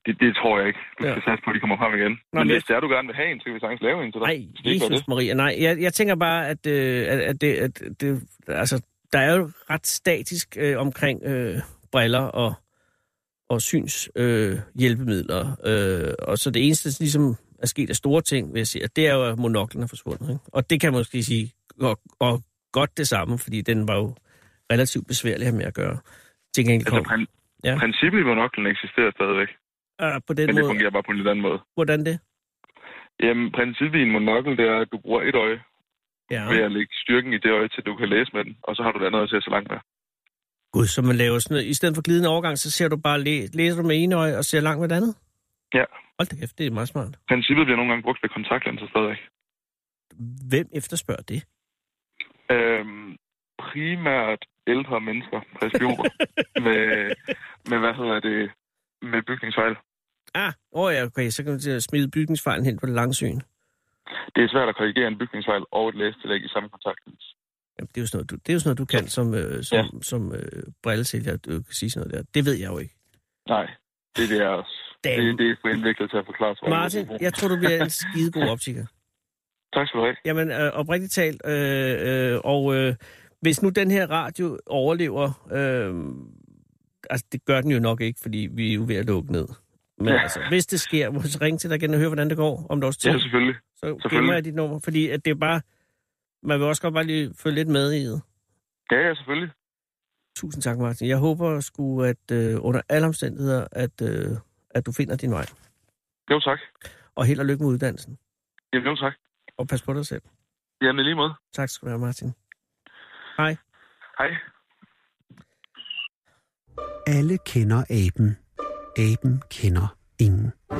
Speaker 3: Det, det tror jeg ikke. Du
Speaker 2: Ja.
Speaker 3: skal satse på, at de kommer frem igen.
Speaker 2: Nå,
Speaker 3: men
Speaker 2: men-
Speaker 3: hvis det er, du gerne vil have en, så kan vi sagtens lave en til dig.
Speaker 2: Nej,
Speaker 3: Hvis det ikke var
Speaker 2: Jesus Maria, nej. Jeg, jeg tænker bare, at, øh, at, at, det, at det, altså, der er jo ret statisk øh, omkring øh, briller og, og synshjælpemidler. Øh, hjælpemidler. øh, og så det eneste, der ligesom er sket af store ting, vil jeg sige, at det er jo, at monoklen er forsvundet. Ikke? Og det kan man måske sige, og, og godt det samme, fordi den var jo relativt besværlig at have med at gøre. Til gengæld
Speaker 3: Altså,
Speaker 2: kom,
Speaker 3: prin-
Speaker 2: Ja.
Speaker 3: ja. princippet i monoklen eksisterer stadigvæk,
Speaker 2: øh, på den
Speaker 3: men det
Speaker 2: måde,
Speaker 3: fungerer bare på en lidt anden måde.
Speaker 2: hvordan det?
Speaker 3: Jamen, princippet i en monokkel, det er, at du bruger et øje
Speaker 2: Ja.
Speaker 3: ved at lægge styrken i det øje, til du kan læse med den, og så har du det andet øje til at se langt med.
Speaker 2: Gud, så man laver sådan noget. I stedet for glidende overgang, så ser du bare, læ- læser du med ene øje og ser langt med det andet?
Speaker 3: Ja.
Speaker 2: Hold da kæft, det er meget smart.
Speaker 3: Princippet bliver nogle gange brugt ved kontaktlinser stadigvæk.
Speaker 2: Hvem efterspørger det?
Speaker 3: Øhm, primært ældre mennesker, presbyoper, med, med, hvad hedder det, med bygningsfejl.
Speaker 2: Ah, åh oh ja, okay, så kan man til at smide bygningsfejlen hen på det lange syn.
Speaker 3: Det er svært at korrigere en bygningsfejl og et læsetillæg i samme kontaktlins.
Speaker 2: Jamen, det, er jo sådan noget, du, det er jo sådan noget, du kan som, øh, som, ja. som øh, brillesælger, du kan sige sådan noget der. Det ved jeg jo ikke.
Speaker 3: Nej, det er det, jeg også.
Speaker 2: Damn.
Speaker 3: Det, det er for indviklet til at forklare. tror jeg.
Speaker 2: Martin, jeg tror, du bliver en skidegod optiker.
Speaker 3: Tak skal du have.
Speaker 2: Jamen, øh, oprigtigt talt, øh, øh, og øh, hvis nu den her radio overlever, øh, altså det gør den jo nok ikke, fordi vi er jo ved at lukke ned. Men ja.
Speaker 3: Ja.
Speaker 2: altså, hvis det sker, må jeg ringe til dig igen og høre, hvordan det går om et års tid.
Speaker 3: Ja, selvfølgelig.
Speaker 2: så gemmer
Speaker 3: selvfølgelig.
Speaker 2: jeg dit nummer, fordi at det er bare, man vil også godt bare lige følge lidt med i det.
Speaker 4: Ja, ja, selvfølgelig.
Speaker 2: Tusind tak, Martin. Jeg håber sgu, at øh, under alle omstændigheder, at, øh, at du finder din vej.
Speaker 4: Jo, tak.
Speaker 2: Og held og lykke med uddannelsen.
Speaker 4: Jamen, jo, tak.
Speaker 2: Og pas på dig selv.
Speaker 4: Jamen, i lige måde.
Speaker 2: Tak skal du have, Martin.
Speaker 4: Hej.
Speaker 1: Alle kender aben. Aben kender ingen.
Speaker 5: 24-7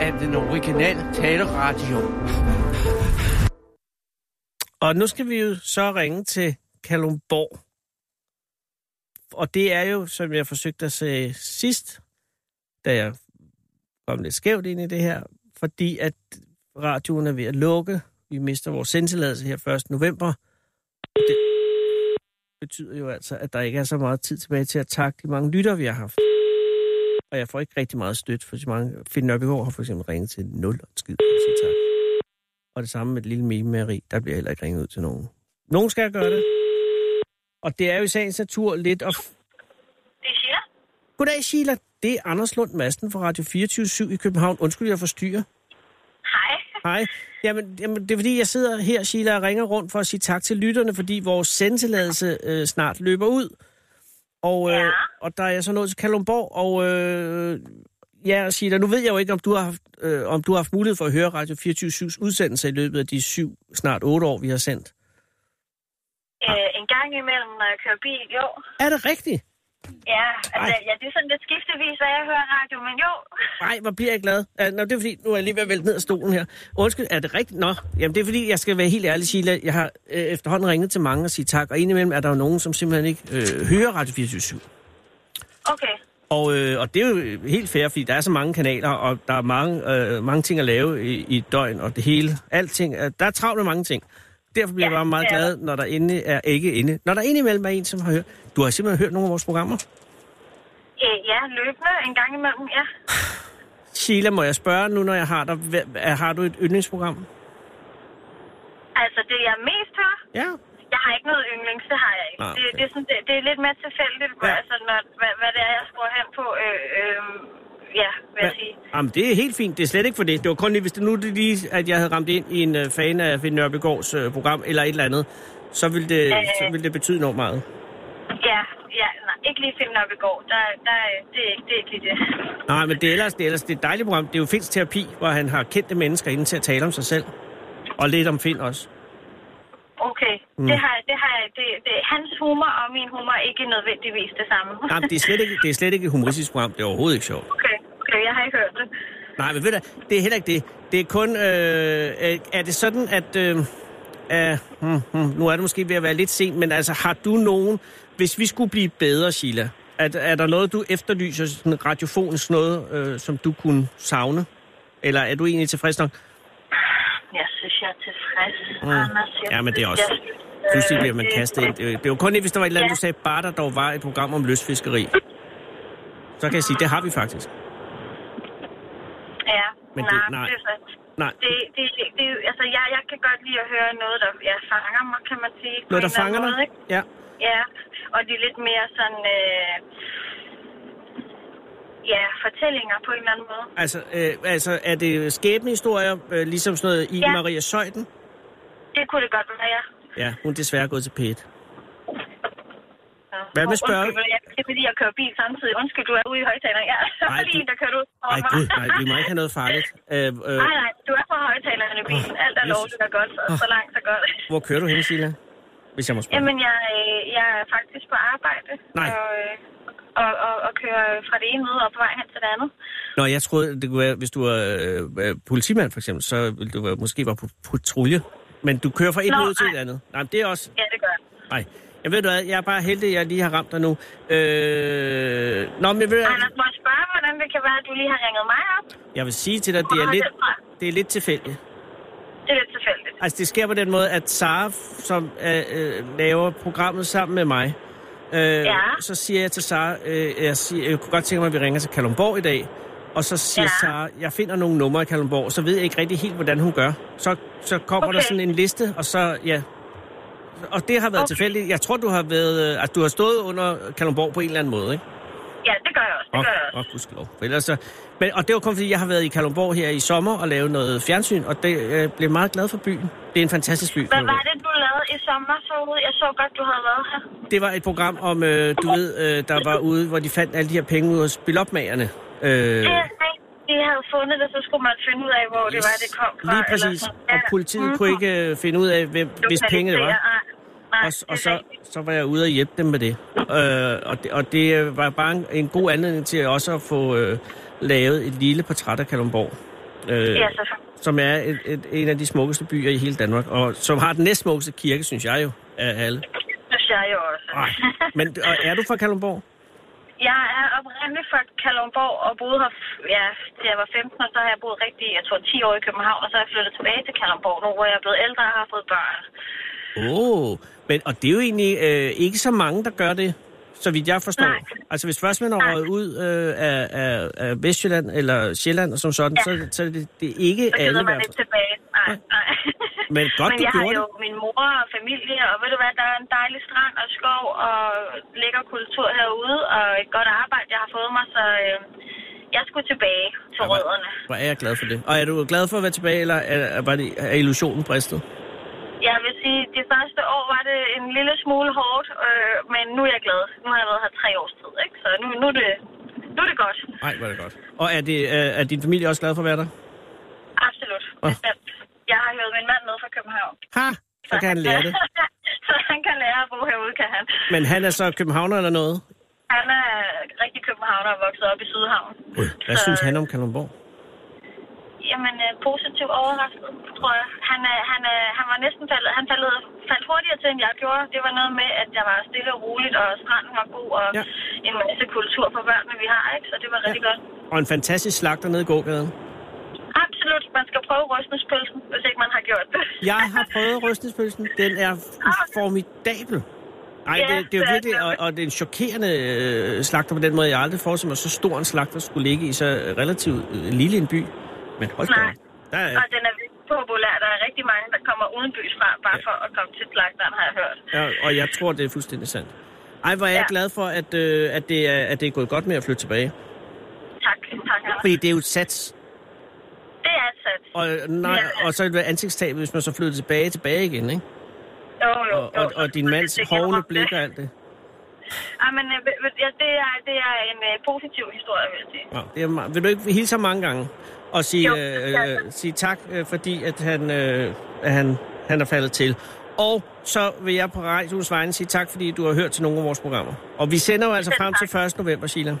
Speaker 5: af den originale taleradio.
Speaker 2: Og nu skal vi jo så ringe til Kalumborg. Og det er jo, som jeg forsøgte at sige sidst, da jeg kom lidt skævt ind i det her, fordi at radioen er ved at lukke. Vi mister vores sendtilladelse her 1. november. Det betyder jo altså, at der ikke er så meget tid tilbage til at takke de mange lytter, vi har haft. Og jeg får ikke rigtig meget støtte, for så mange... Finn Nørbegaard har for eksempel ringet til 0 og en skid. og siger tak. Og det samme med et lille meme Marie, der bliver heller ikke ringet ud til nogen. Nogen skal gøre det. Og det er jo i sagens natur lidt at...
Speaker 6: Det er Sheila.
Speaker 2: Goddag, Sheila. Det er Anders Lund Madsen fra Radio 24 i København. Undskyld, jeg forstyrrer.
Speaker 6: Hej.
Speaker 2: Hej. Jamen, jamen, det er fordi, jeg sidder her, Sheila, og ringer rundt for at sige tak til lytterne, fordi vores sendtilladelse øh, snart løber ud. Og, øh,
Speaker 6: Ja.
Speaker 2: og der er jeg så nået til Kalundborg, og øh, ja, Sheila, nu ved jeg jo ikke, om du har haft, øh, om du har haft mulighed for at høre Radio 24-7's udsendelse i løbet af de syv, snart otte år, vi har sendt. Ah.
Speaker 6: Øh, en gang imellem, når jeg kører bil, jo.
Speaker 2: Er det rigtigt?
Speaker 6: Ja, altså, ja, det er sådan lidt skiftevis, hvad jeg hører radio, men jo.
Speaker 2: Nej, hvor bliver jeg glad. Ah, Nå, det er fordi, nu er jeg lige ved at vælte ned af stolen her. Undskyld, er det rigtigt? Nå, jamen det er fordi, jeg skal være helt ærlig, Sheila. Jeg har øh, efterhånden ringet til mange og sige tak, og indimellem er der jo nogen, som simpelthen ikke øh, hører Radio 24
Speaker 6: Okay.
Speaker 2: og, øh, og det er jo helt fair, fordi der er så mange kanaler, og der er mange, øh, mange ting at lave i, i et døgn, og det hele, alting. Øh, der er travlt med mange ting. Derfor bliver jeg
Speaker 6: Ja,
Speaker 2: bare meget
Speaker 6: det er
Speaker 2: glad, når der endelig er ikke inde. Når der indimellem er en, som har hørt. Du har simpelthen hørt nogle af vores programmer.
Speaker 6: Øh, ja, løbende en gang imellem, ja.
Speaker 2: Sheila, må jeg spørge nu, når jeg har dig, hvad, har du et yndlingsprogram?
Speaker 6: Altså, det jeg mest hører,
Speaker 2: Ja,
Speaker 6: jeg har ikke noget yndlings, det har jeg ikke.
Speaker 2: Ah,
Speaker 6: Det,
Speaker 2: okay.
Speaker 6: det, er sådan, det, det er lidt mere tilfældigt, ja.
Speaker 2: Ja.
Speaker 6: altså, når, hvad, hvad det er, jeg skruer hen på. Øh, øh, ja, vil jeg sige.
Speaker 2: Jamen, det er helt fint. Det er slet ikke for det. Det var kun lige, hvis det nu er det lige, at jeg havde ramt ind i en uh, fan af Finn Nørbegaards uh, program, eller et eller andet, så ville det,
Speaker 6: Øh.
Speaker 2: så ville det betyde enormt meget.
Speaker 6: Ja, ja, nej, ikke lige film op i går. Der, der, øh, det, er ikke- det er ikke lige det.
Speaker 2: Nej, men det er ellers, det er ellers det er et dejligt program. Det er jo Finns terapi, hvor han har kendte mennesker inden til at tale om sig selv. Og lidt om Finn også.
Speaker 6: Okay, mm. det har, jeg- det har jeg, det, det, hans humor og min humor er ikke nødvendigvis det samme.
Speaker 2: Nej, men det er slet ikke, det er slet ikke et humoristisk program. Det er overhovedet ikke sjovt.
Speaker 6: Okay, okay, jeg har ikke hørt det.
Speaker 2: Nej, men ved du, det er heller ikke det. Det er kun... Øh, øh, er det sådan, at... Øh, øh, hmm, hmm, nu er det måske ved at være lidt sent, men altså, har du nogen... Hvis vi skulle blive bedre, Sheila, er, er der noget, du efterlyser, sådan radiofonisk noget, øh, som du kunne savne? Eller er du egentlig tilfreds nok?
Speaker 6: Jeg synes, jeg er tilfreds,
Speaker 2: Mm.
Speaker 6: mm. Anders. Jeg
Speaker 2: Ja, men det er
Speaker 6: synes,
Speaker 2: også-
Speaker 6: jeg-
Speaker 2: Pludselig bliver
Speaker 6: Øh,
Speaker 2: man
Speaker 6: det-
Speaker 2: kastet ind. Det det var kun, hvis der var et eller andet,
Speaker 6: Ja.
Speaker 2: du sagde, bare der dog var et program om løsfiskeri. Så kan jeg sige, det har vi faktisk.
Speaker 6: Ja,
Speaker 2: Men
Speaker 6: men
Speaker 2: det- nej.
Speaker 6: nej, det, nej. det er så...
Speaker 2: Nej.
Speaker 6: Det, det, det, altså, jeg, jeg kan godt lide at høre noget, der jeg fanger mig, kan man sige. på
Speaker 2: Noget, der
Speaker 6: en eller anden
Speaker 2: fanger
Speaker 6: måde,
Speaker 2: dig?
Speaker 6: ikke?
Speaker 2: Ja.
Speaker 6: Ja, og de lidt mere sådan... Øh, ja, fortællinger på en eller anden måde.
Speaker 2: Altså, øh, altså er det skæbnehistorier, øh, ligesom sådan noget i ja.
Speaker 6: Ja.
Speaker 2: Maria Søjden?
Speaker 6: Det kunne det godt være, ja.
Speaker 2: Ja, hun er desværre gået til pæt.
Speaker 6: Nå.
Speaker 2: Hvad med
Speaker 6: Åh,
Speaker 2: spørge-
Speaker 6: Undskyld, jeg- det er fordi, jeg kører bil samtidig. Undskyld, du er ude i højtaleren. Ja,
Speaker 2: Ej,
Speaker 6: Ej,
Speaker 2: du-
Speaker 6: lige en, der kører ud. over
Speaker 2: Nej,
Speaker 6: mig.
Speaker 2: gud, nej, vi må ikke have noget farligt. Øh, øh,
Speaker 6: Nej, nej, du er på højtaleren i bilen. Alt er
Speaker 2: Ah, Jesus. Ah.
Speaker 6: lovligt og godt, så, så langt, så godt.
Speaker 2: hvor kører du hen, Silla? Hvis jeg må spørge.
Speaker 6: Jamen, jeg, øh, jeg er faktisk på arbejde.
Speaker 2: Nej.
Speaker 6: Og, øh, og, og, og kører fra det ene møde op på vej hen til det andet.
Speaker 2: Nå, jeg troede, det kunne være, hvis du var øh, øh, politimand, for eksempel, så ville du være, måske var på patrulje. Men du kører fra et
Speaker 6: Nå,
Speaker 2: ud til
Speaker 6: nej.
Speaker 2: et andet. Nej, men det er også...
Speaker 6: Ja, det gør jeg.
Speaker 2: Nej. Jeg ved du hvad, jeg er bare heldig, at jeg lige har ramt dig nu. Øh... Nå, men jeg ved,
Speaker 6: Anders, må jeg spørge, hvordan det kan være, at du lige har ringet mig op?
Speaker 2: jeg vil sige til dig,
Speaker 6: Hvor
Speaker 2: det er
Speaker 6: har
Speaker 2: lidt,
Speaker 6: den fra?
Speaker 2: det er lidt tilfældigt.
Speaker 6: Det er lidt tilfældigt.
Speaker 2: Altså, det sker på den måde, at Sara, som øh, øh, laver programmet sammen med mig, øh, ja. så siger jeg til Sara, øh, jeg, siger, jeg kunne godt tænke mig, at vi ringer til Kalumborg i dag. Og så siger ja.
Speaker 6: Ja.
Speaker 2: Sara, jeg finder nogle numre i Kalumborg, så ved jeg ikke rigtig helt, hvordan hun gør. Så, så kommer okay. der
Speaker 6: Okay.
Speaker 2: sådan en liste, og så, ja. Og det har været okay.
Speaker 6: Okay.
Speaker 2: tilfældigt. Jeg tror, du har været, øh, altså, du har stået under Kalumborg på en eller anden måde, ikke?
Speaker 6: Ja, det gør jeg også. Det
Speaker 2: Og,
Speaker 6: gør jeg også.
Speaker 2: og gudskelov. For ellers så, men, og det var kun fordi, jeg har været i Kalundborg her i sommer og lavet noget fjernsyn, og det øh, blev meget glad for byen. Det er en fantastisk by.
Speaker 6: Hvad var
Speaker 2: Kalundborg.
Speaker 6: det, du lavede i sommer, så ud? Jeg så godt, du havde været her.
Speaker 2: Det var et program om, øh, du ved, øh, der var ude, hvor de fandt alle de her penge ud hos bilopmagerne. Øh,
Speaker 6: Det er rigtigt. De havde fundet det, så skulle man finde ud af, hvor yes. det var, det kom fra.
Speaker 2: Lige
Speaker 6: eller
Speaker 2: præcis.
Speaker 6: sådan. Mhm.
Speaker 2: Og politiet kunne ikke øh, finde ud af, hvem, hvis penge det var.
Speaker 6: Nej, nej,
Speaker 2: Og, s- og
Speaker 6: det er
Speaker 2: så,
Speaker 6: rigtigt.
Speaker 2: så var jeg ude og hjælpe dem med det. Øh, og det, og det øh, var bare en, en god anledning til også at få øh, lavet et lille portræt af Kalundborg. Øh,
Speaker 6: Ja, selvfølgelig.
Speaker 2: som er et, et, en af de smukkeste byer i hele Danmark, og som har den næstsmukkeste kirke, synes jeg jo, af alle.
Speaker 6: Det synes jeg jo også.
Speaker 2: Ej. Men og er du fra Kalundborg?
Speaker 6: Jeg er oprindelig fra Kalundborg og boede her, f- ja, da jeg var 15, og så har jeg boet rigtig, jeg tror, 10 år i København, og så er jeg flyttet tilbage til Kalundborg nu, hvor jeg er blevet ældre og har fået børn.
Speaker 2: Åh, oh, men og det er jo egentlig øh, ikke så mange, der gør det, så vidt jeg forstår.
Speaker 6: Nej.
Speaker 2: Altså hvis først man er
Speaker 6: Nej.
Speaker 2: røget ud øh, af, af, af Vestjylland eller Sjælland og som sådan, ja. så, så er det, det er ikke
Speaker 6: Så
Speaker 2: alle
Speaker 6: gider
Speaker 2: i
Speaker 6: man
Speaker 2: hvert
Speaker 6: ikke tilbage. Nej, nej.
Speaker 2: Men godt,
Speaker 6: Men
Speaker 2: du
Speaker 6: jeg har
Speaker 2: gjorde
Speaker 6: jo min mor og familie, og ved du hvad, der er en dejlig strand og skov og lækker kultur herude, og et godt arbejde, jeg har fået mig, så øh, jeg skulle tilbage til
Speaker 2: Ja, hvor-
Speaker 6: rødderne.
Speaker 2: Hvor er jeg glad for det. Og er du glad for at være tilbage, eller er, var det, er illusionen bristet?
Speaker 6: Jeg vil sige, de første år var det en lille smule hårdt, øh, men nu er jeg glad. Nu har jeg været her tre års tid, ikke? så nu, nu, er, det, nu er det godt.
Speaker 2: Nej, var det godt. Og er, det, øh, er, er din familie også glad for at være der?
Speaker 6: Absolut.
Speaker 2: Åh.
Speaker 6: Bestemt. Jeg har hørt min mand med fra København.
Speaker 2: Ha! Så kan han lære det.
Speaker 6: så han kan lære at bo herude, kan han.
Speaker 2: Men han er så københavner eller noget?
Speaker 6: Han er rigtig københavner og vokset op i Sydhavn.
Speaker 2: Hvad
Speaker 6: Så-
Speaker 2: synes han om Kalundborg?
Speaker 6: Jamen, øh, positiv overrasket, tror jeg. Han, øh, han, øh, han var næsten faldet, han faldet, faldt hurtigere til, end jeg gjorde. Det var noget med, at jeg var stille og roligt, og stranden var god, og
Speaker 2: Ja.
Speaker 6: ja. en masse kultur for børnene, vi har, ikke? Så det var rigtig ja. godt.
Speaker 2: Og en fantastisk slagter nede i gågaden.
Speaker 6: Absolut, man skal prøve røstnespølsen, hvis ikke man har gjort det.
Speaker 2: Jeg har prøvet rystningspølsen. Den er formidabel. Ej,
Speaker 6: Ja,
Speaker 2: det, det er
Speaker 6: det
Speaker 2: jo
Speaker 6: er
Speaker 2: virkelig,
Speaker 6: den.
Speaker 2: og, og det er en chokerende øh, slagter på den måde. Jeg har aldrig forestillet mig, så stor en slagter skulle ligge i så relativt øh, lille en by. Men hold da
Speaker 6: Nej.
Speaker 2: op. Der er,
Speaker 6: Og den er virkelig populær. Der er rigtig mange, der kommer udenbys fra, bare for at komme til slagteren, har jeg hørt.
Speaker 2: ja, og jeg tror, det er fuldstændig sandt. Ej, hvor er jeg
Speaker 6: Ja.
Speaker 2: glad for, at, øh, at, det er, at det er gået godt med at flytte tilbage.
Speaker 6: Tak, tak. Anders.
Speaker 2: Fordi det er jo et sats.
Speaker 6: Det er et sats.
Speaker 2: Og, nej,
Speaker 6: Ja.
Speaker 2: og så vil det være ansigtstab, hvis man så flytter tilbage tilbage igen, ikke?
Speaker 6: Jo, jo,
Speaker 2: Og,
Speaker 6: jo.
Speaker 2: og, og din mands
Speaker 6: Det kan jeg
Speaker 2: hovne
Speaker 6: godt.
Speaker 2: blik og alt det.
Speaker 6: Ej, men øh, ved- ved- ja, det, er, det er en øh, positiv historie, vil jeg sige.
Speaker 2: Ja. Det er, meget- vil du ikke hilse ham mange gange og sige,
Speaker 6: Jo,
Speaker 2: øh,
Speaker 6: altså.
Speaker 2: øh, sige tak, øh, fordi at han, øh, at han, han er faldet til. Og så vil jeg på Rejshus vegne sige tak, fordi du har hørt til nogle af vores programmer. Og vi sender jo altså
Speaker 6: Selv
Speaker 2: frem
Speaker 6: tak.
Speaker 2: til 1. november, Sheila. Det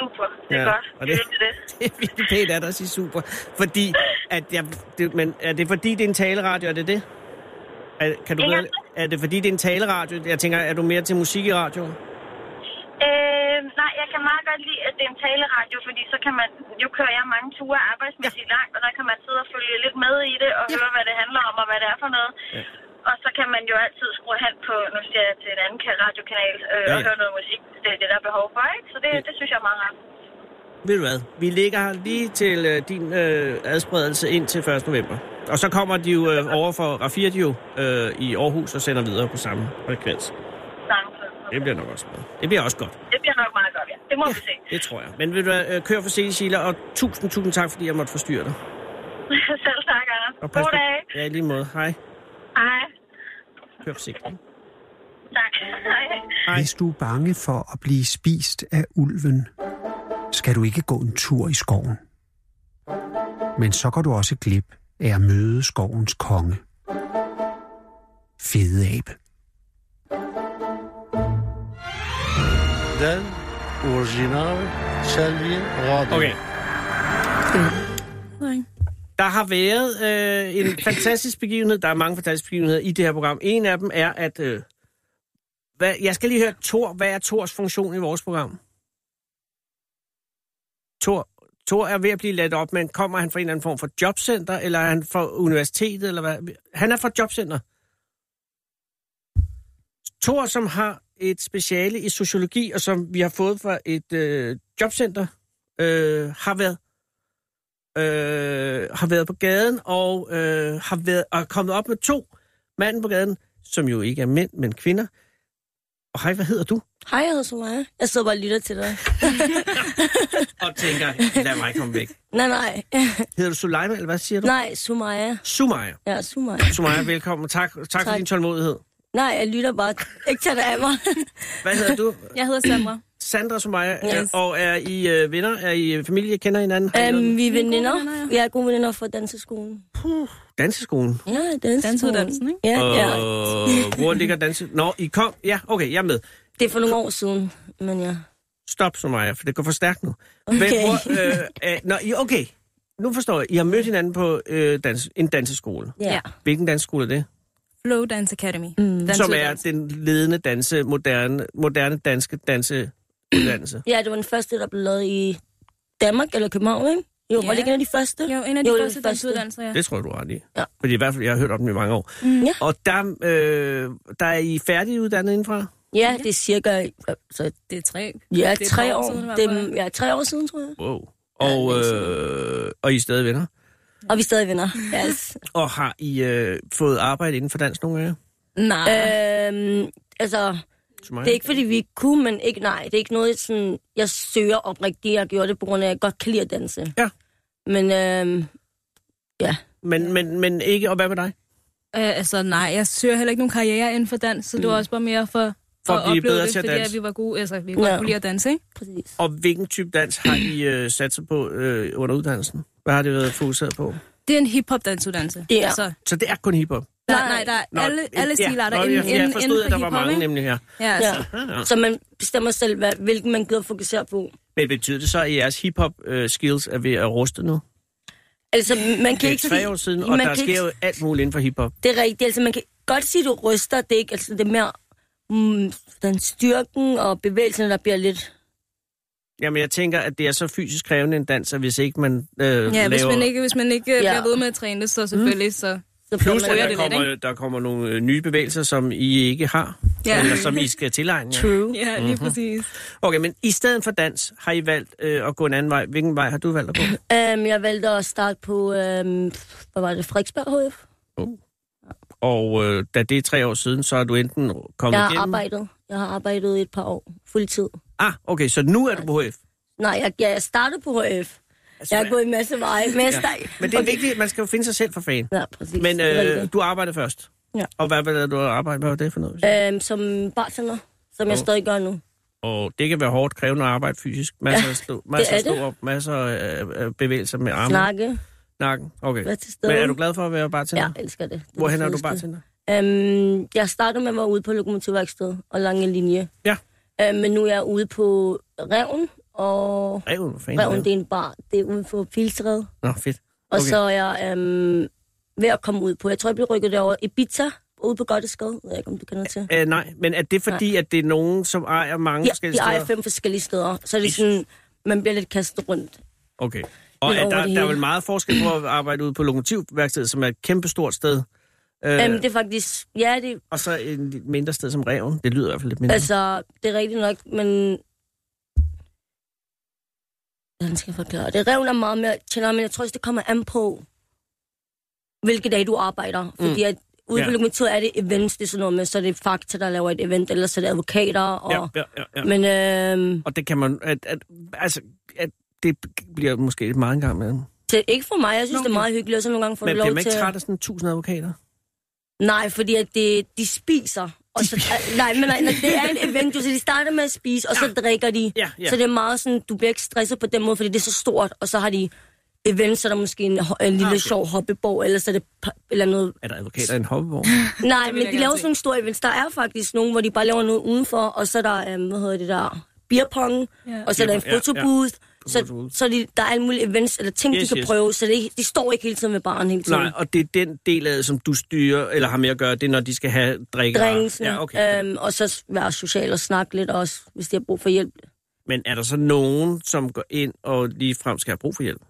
Speaker 6: Super, det er
Speaker 2: Ja,
Speaker 6: godt.
Speaker 2: og
Speaker 6: Det,
Speaker 2: det-
Speaker 6: det, det.
Speaker 2: er virkelig pænt af dig at sige super. Fordi, at jeg, det, men er det fordi, det er en taleradio, er det det? Er, kan du
Speaker 6: Ikke
Speaker 2: bedre, er det fordi, det er en taleradio? Jeg tænker, er du mere til musik i radioen?
Speaker 6: Øh, nej, jeg kan meget godt lide, at det er en taleradio, fordi så kan man, jo kører jeg mange ture arbejdsmæssigt ja. langt, og der kan man sidde og følge lidt med i det, og ja. høre, hvad det handler om, og hvad det er for noget.
Speaker 2: Ja.
Speaker 6: Ja. Og så kan man jo altid skrue hen på, nu siger jeg til en anden ka- radiokanal, øh,
Speaker 2: Ja,
Speaker 6: ja, ja. og
Speaker 2: ja.
Speaker 6: høre noget musik, hvis det er det, der er behov for, ikke? Så det,
Speaker 2: Ja.
Speaker 6: ja. det synes jeg er meget rart.
Speaker 2: Ved du hvad, vi ligger her lige til øh, din øh, adspredelse ind til 1. november. Og så kommer de jo øh, over for Rafirdio øh, i Aarhus og sender videre på samme frekvens.
Speaker 6: Samtidig.
Speaker 2: Det bliver nok også godt. Det bliver også godt,
Speaker 6: Det bliver nok meget godt, ja. Det må ja. vi se.
Speaker 2: det tror jeg. Men ved du hvad, øh, kør for sent, Sheila, og tusind, tusind tak, fordi jeg måtte forstyrre dig.
Speaker 6: Selv tak, Anders.
Speaker 2: Og pas
Speaker 6: God
Speaker 2: på-
Speaker 6: dag.
Speaker 2: Ja, i lige måde. Hej.
Speaker 6: Hej.
Speaker 2: Kør forsigtigt.
Speaker 6: Tak. Hej.
Speaker 1: Hvis du er bange for at blive spist af ulven, skal du ikke gå en tur i skoven. Men så går du også glip af at møde skovens konge. Fede abe.
Speaker 5: Den originale Salvi Radio.
Speaker 2: Okay. Der har været øh, en fantastisk begivenhed. Der er mange fantastiske begivenheder i det her program. En af dem er, at... Øh, hvad, jeg skal lige høre, Tor, hvad er Tors funktion i vores program? Tor, Tor er ved at blive ladt op, men kommer han fra en eller anden form for jobcenter, eller er han fra universitetet, eller hvad? Han er fra jobcenter. Tor, som har et speciale i sociologi, og som vi har fået fra et øh, jobcenter, øh, har været øh, har været på gaden og øh, har været og er kommet op med to manden på gaden, som jo ikke er mænd, men kvinder, Og hej, hvad hedder du?
Speaker 7: Hej, jeg hedder Sumaya. Jeg sidder bare og lytter til dig.
Speaker 2: Og tænker, lad mig komme væk.
Speaker 7: nej, nej.
Speaker 2: Hedder du Suleima, eller hvad siger du?
Speaker 7: nej, Sumaya.
Speaker 2: Sumaya.
Speaker 7: Ja, Sumaya.
Speaker 2: Sumaya, velkommen. Tak, tak, tak for
Speaker 7: Tak.
Speaker 2: din tålmodighed.
Speaker 7: Nej, jeg lytter bare. Ikke tage det af mig. Øhm,
Speaker 2: Hvad hedder du?
Speaker 8: Jeg hedder Sandra.
Speaker 2: Sandra Sumaya. Yes.
Speaker 7: Yes.
Speaker 2: Og er I øh, venner? Er I øh, familie? Kender hinanden? Har I
Speaker 7: Øhm,
Speaker 2: noget-
Speaker 7: vi er veninder.
Speaker 8: gode venner,
Speaker 7: Vi er gode veninder fra danseskolen.
Speaker 2: Danseskolen.
Speaker 7: Ja, danseskolen.
Speaker 8: Danseuddannelsen, ikke?
Speaker 7: Ja, ja.
Speaker 2: Øh. Og hvor ligger danse? Nå, I kom. Ja, okay, jeg er med.
Speaker 7: Det er for nogle år siden, men ja.
Speaker 2: Stop, Sumaya, for det går for stærkt nu.
Speaker 7: Okay.
Speaker 2: hvor, øh, øh, nå, I, okay, nu forstår jeg. I har mødt hinanden på øh, dans, en danseskole.
Speaker 7: Ja.
Speaker 2: Hvilken danseskole er det?
Speaker 8: Flow Dance Academy.
Speaker 7: Mm.
Speaker 2: Som er
Speaker 8: Dansuddannelse.
Speaker 2: den ledende danse, moderne, moderne danske danseuddannelse.
Speaker 7: ja, det var den første, der blev lavet i Danmark eller København, ikke? Jo,
Speaker 8: Ja.
Speaker 7: var det ikke en af de første?
Speaker 8: Jo, en af de
Speaker 7: Jo, det er
Speaker 8: første
Speaker 7: det første.
Speaker 8: dansuddannelser, ja.
Speaker 2: Det tror jeg, du har ret i.
Speaker 7: Ja.
Speaker 2: Fordi i hvert fald, jeg har hørt om dem i mange år.
Speaker 8: Mm.
Speaker 7: Ja.
Speaker 2: Og der, øh, der er I færdiguddannet indenfra?
Speaker 7: Ja, det er cirka så,
Speaker 8: Det er tre.
Speaker 7: ja,
Speaker 8: Det er et
Speaker 7: tre
Speaker 8: par år
Speaker 7: år.
Speaker 8: siden, i hvert
Speaker 7: det
Speaker 8: fald.
Speaker 7: er, ja, tre år siden, tror jeg.
Speaker 2: Wow.
Speaker 7: Ja,
Speaker 2: Og,
Speaker 7: det er
Speaker 2: øh, og I er stadig venner?
Speaker 7: Og vi er stadig venner. Yes.
Speaker 2: Og har I øh, fået arbejde inden for dans nogle af jer?
Speaker 8: Nej.
Speaker 7: øhm, altså,
Speaker 2: Sumaya?
Speaker 7: det er ikke fordi, vi ikke kunne, men ikke nej. Det er ikke noget, sådan, jeg søger oprigtigt. Jeg gjorde det på grund af, at jeg godt kan lide at danse.
Speaker 2: Ja.
Speaker 7: Men øhm, ja,
Speaker 2: Men, men, men ikke, og hvad med dig?
Speaker 8: Øh, altså, nej, jeg søger heller ikke nogen karriere inden for dans, så det var også bare mere for,
Speaker 2: Mm. For at blive
Speaker 8: opleve
Speaker 2: bedre
Speaker 8: det,
Speaker 2: til at
Speaker 8: fordi
Speaker 2: danse.
Speaker 8: vi var gode, altså, vi godt
Speaker 7: Ja.
Speaker 8: kunne lide at danse, ikke?
Speaker 7: præcis.
Speaker 2: Og hvilken type dans har I øh, sat sig på øh, under uddannelsen? Hvad har det været fokuseret på?
Speaker 8: Det er en hip-hop dansuddannelse.
Speaker 7: Ja.
Speaker 8: Altså, der,
Speaker 2: Så det er kun hiphop? øh,
Speaker 8: nej, der er alle, alle stilarter
Speaker 2: ja, nå, jeg,
Speaker 8: inden,
Speaker 2: jeg
Speaker 8: inden,
Speaker 2: forstod,
Speaker 8: inden
Speaker 2: at der
Speaker 8: for
Speaker 2: var
Speaker 8: hiphop,
Speaker 2: mange
Speaker 8: ikke?
Speaker 2: nemlig her.
Speaker 8: Ja, altså.
Speaker 7: Ja.
Speaker 2: Ah,
Speaker 7: Så man bestemmer selv, hvad, hvilken man gider fokusere på.
Speaker 2: Men betyder det så, at jeres hiphop-skills er ved at ruste nu?
Speaker 7: Altså, man
Speaker 2: Det
Speaker 7: kan ikke...
Speaker 2: er tre år siden, og
Speaker 7: man
Speaker 2: der
Speaker 7: kan ikke-
Speaker 2: sker jo alt muligt inden for hiphop.
Speaker 7: Det er rigtigt. Altså, man kan godt sige, at du ryster. Det er ikke, altså, det er mere mm, den styrken og bevægelsen, der bliver lidt...
Speaker 2: Jamen, jeg tænker, at det er så fysisk krævende en dans, at hvis ikke man øh, ja, laver... Mm.
Speaker 8: Ja, hvis man ikke, hvis man ikke ja.
Speaker 7: Ja.
Speaker 8: bliver ved med at træne det, så selvfølgelig, så...
Speaker 7: Så
Speaker 2: Plus, at
Speaker 8: ryger
Speaker 2: der
Speaker 8: det lidt,
Speaker 2: kommer, der kommer nogle øh, nye bevægelser, som I ikke har, ja. Mhm.
Speaker 8: Ja.
Speaker 2: eller som I skal tilegne jer.
Speaker 7: True.
Speaker 8: Ja, lige præcis.
Speaker 2: Okay, men i stedet for dans har I valgt øh, at gå en anden vej. Hvilken vej har du valgt at gå?
Speaker 7: Um, jeg valgte at starte på, um, hvad var det, Frederiksberg HF?
Speaker 2: Og øh, da det er tre år siden, så er du enten kommet
Speaker 7: Jeg har
Speaker 2: igennem...
Speaker 7: arbejdet. Jeg har arbejdet i et par år. Fuldtid.
Speaker 2: Ah, okay, så nu er du på HF.
Speaker 7: Nej, jeg, ja, jeg startede på HF.
Speaker 2: Altså,
Speaker 7: Jeg har gået en masse veje, men jeg startede...
Speaker 2: Men det er vigtigt, man skal jo finde sig selv for fan.
Speaker 7: Ja, præcis.
Speaker 2: Men
Speaker 7: Det er
Speaker 2: øh,
Speaker 7: rigtigt.
Speaker 2: du arbejdede først.
Speaker 7: Ja.
Speaker 2: Og hvad var det, du arbejdede? Hvad var det for noget?
Speaker 7: Øhm, som bartender, som jeg
Speaker 2: Åh.
Speaker 7: stadig gør nu.
Speaker 2: Og det kan være hårdt krævende at arbejde fysisk. Masser af stå, masser af
Speaker 7: det er
Speaker 2: stå op, masser af øh, bevægelser med armen,
Speaker 7: Snakke,
Speaker 2: nakken. Okay.
Speaker 7: være til stede.
Speaker 2: Men er du glad for at være bartender?
Speaker 7: Ja, jeg elsker det. det
Speaker 2: Hvorhen er du
Speaker 7: fedeste.
Speaker 2: bartender?
Speaker 7: Øhm, jeg startede med at være ude på Lokomotivværksted og Lange Linje.
Speaker 2: Ja.
Speaker 7: Øhm, men nu er jeg ude på Reven, og
Speaker 2: Reven, hvor fanden er
Speaker 7: Reven det er en bar. Det er ude for Piltræet.
Speaker 2: Nå, fedt.
Speaker 7: Og
Speaker 2: Okay.
Speaker 7: så er jeg øhm, ved at komme ud på, jeg tror, jeg blev rykket derover Ibiza, ude på Gotteskade. Jeg ved ikke, om du kender til.
Speaker 2: Æ, Øh, nej, men er det fordi, at det er nogen, som ejer mange
Speaker 7: Ja,
Speaker 2: forskellige
Speaker 7: de ejer
Speaker 2: steder?
Speaker 7: fem forskellige steder, så det er sådan, man bliver lidt kastet rundt.
Speaker 2: Okay. Og
Speaker 7: Lidt
Speaker 2: er
Speaker 7: over
Speaker 2: der,
Speaker 7: det
Speaker 2: der er
Speaker 7: hele.
Speaker 2: vel meget forskel på at arbejde ude på Lokomotivværkstedet, som er et kæmpestort sted, øh,
Speaker 7: Øhm, det er faktisk, ja, det,
Speaker 2: og så et mindre sted som Reven. Det lyder i hvert fald lidt mindre.
Speaker 7: Altså, det er rigtigt nok, men... Hvordan skal jeg forklare det? Revner meget mere tænder, men jeg tror også, det kommer an på, hvilke dage du arbejder. Fordi at ude
Speaker 2: Mm. Ja.
Speaker 7: på lokomotivet er det events, det er sådan noget med, så er det Fakta, der laver et event, eller så er det advokater. Og,
Speaker 2: ja, ja, ja, ja.
Speaker 7: Men øhm,
Speaker 2: Og det kan man... At, at, altså, at det bliver måske lidt meget en gang imellem.
Speaker 7: det, ikke for mig, jeg synes,
Speaker 2: Nå,
Speaker 7: det er meget hyggeligt, og så nogle gange får
Speaker 2: Men
Speaker 7: du
Speaker 2: bliver
Speaker 7: lov
Speaker 2: man
Speaker 7: til...
Speaker 2: ikke træt af sådan 1000 advokater?
Speaker 7: Nej, fordi at det, de spiser. Og så, Øh, nej, men nej, nej, det er et event, jo, så de starter med at spise, og så drikker de.
Speaker 2: Ja, ja.
Speaker 7: Så det er meget sådan, du bliver ikke stresset på den måde, fordi det er så stort, og så har de event, så er der måske en, ho- en lille
Speaker 2: Ah, okay.
Speaker 7: okay. sjov hoppeborg, eller så er det pa- eller noget.
Speaker 2: Er der advokater i en hoppevogn?
Speaker 7: Nej,
Speaker 8: vil jeg
Speaker 7: men de
Speaker 8: gerne
Speaker 7: laver
Speaker 8: se.
Speaker 7: sådan nogle store events. Der er faktisk nogen, hvor de bare laver noget udenfor, og så er der, øhm, hvad hedder det der, beerpong,
Speaker 8: Ja.
Speaker 7: ja. og så er der en
Speaker 2: Beerpong, ja, ja.
Speaker 7: fotobooth. Så,
Speaker 2: Fotobooth.
Speaker 7: så de, der er alle mulige events, eller ting,
Speaker 2: Yes,
Speaker 7: de kan
Speaker 2: yes.
Speaker 7: prøve, så det, de står ikke hele tiden med barn hele tiden.
Speaker 2: Nej, og det er den del af det, som du styrer, eller har med at gøre, det er, når de skal have drikker.
Speaker 7: drinksene,
Speaker 2: Ja, okay.
Speaker 7: øhm, og så være social og snakke lidt også, hvis de har brug for hjælp.
Speaker 2: Men er der så nogen, som går ind og lige frem skal have brug for hjælp?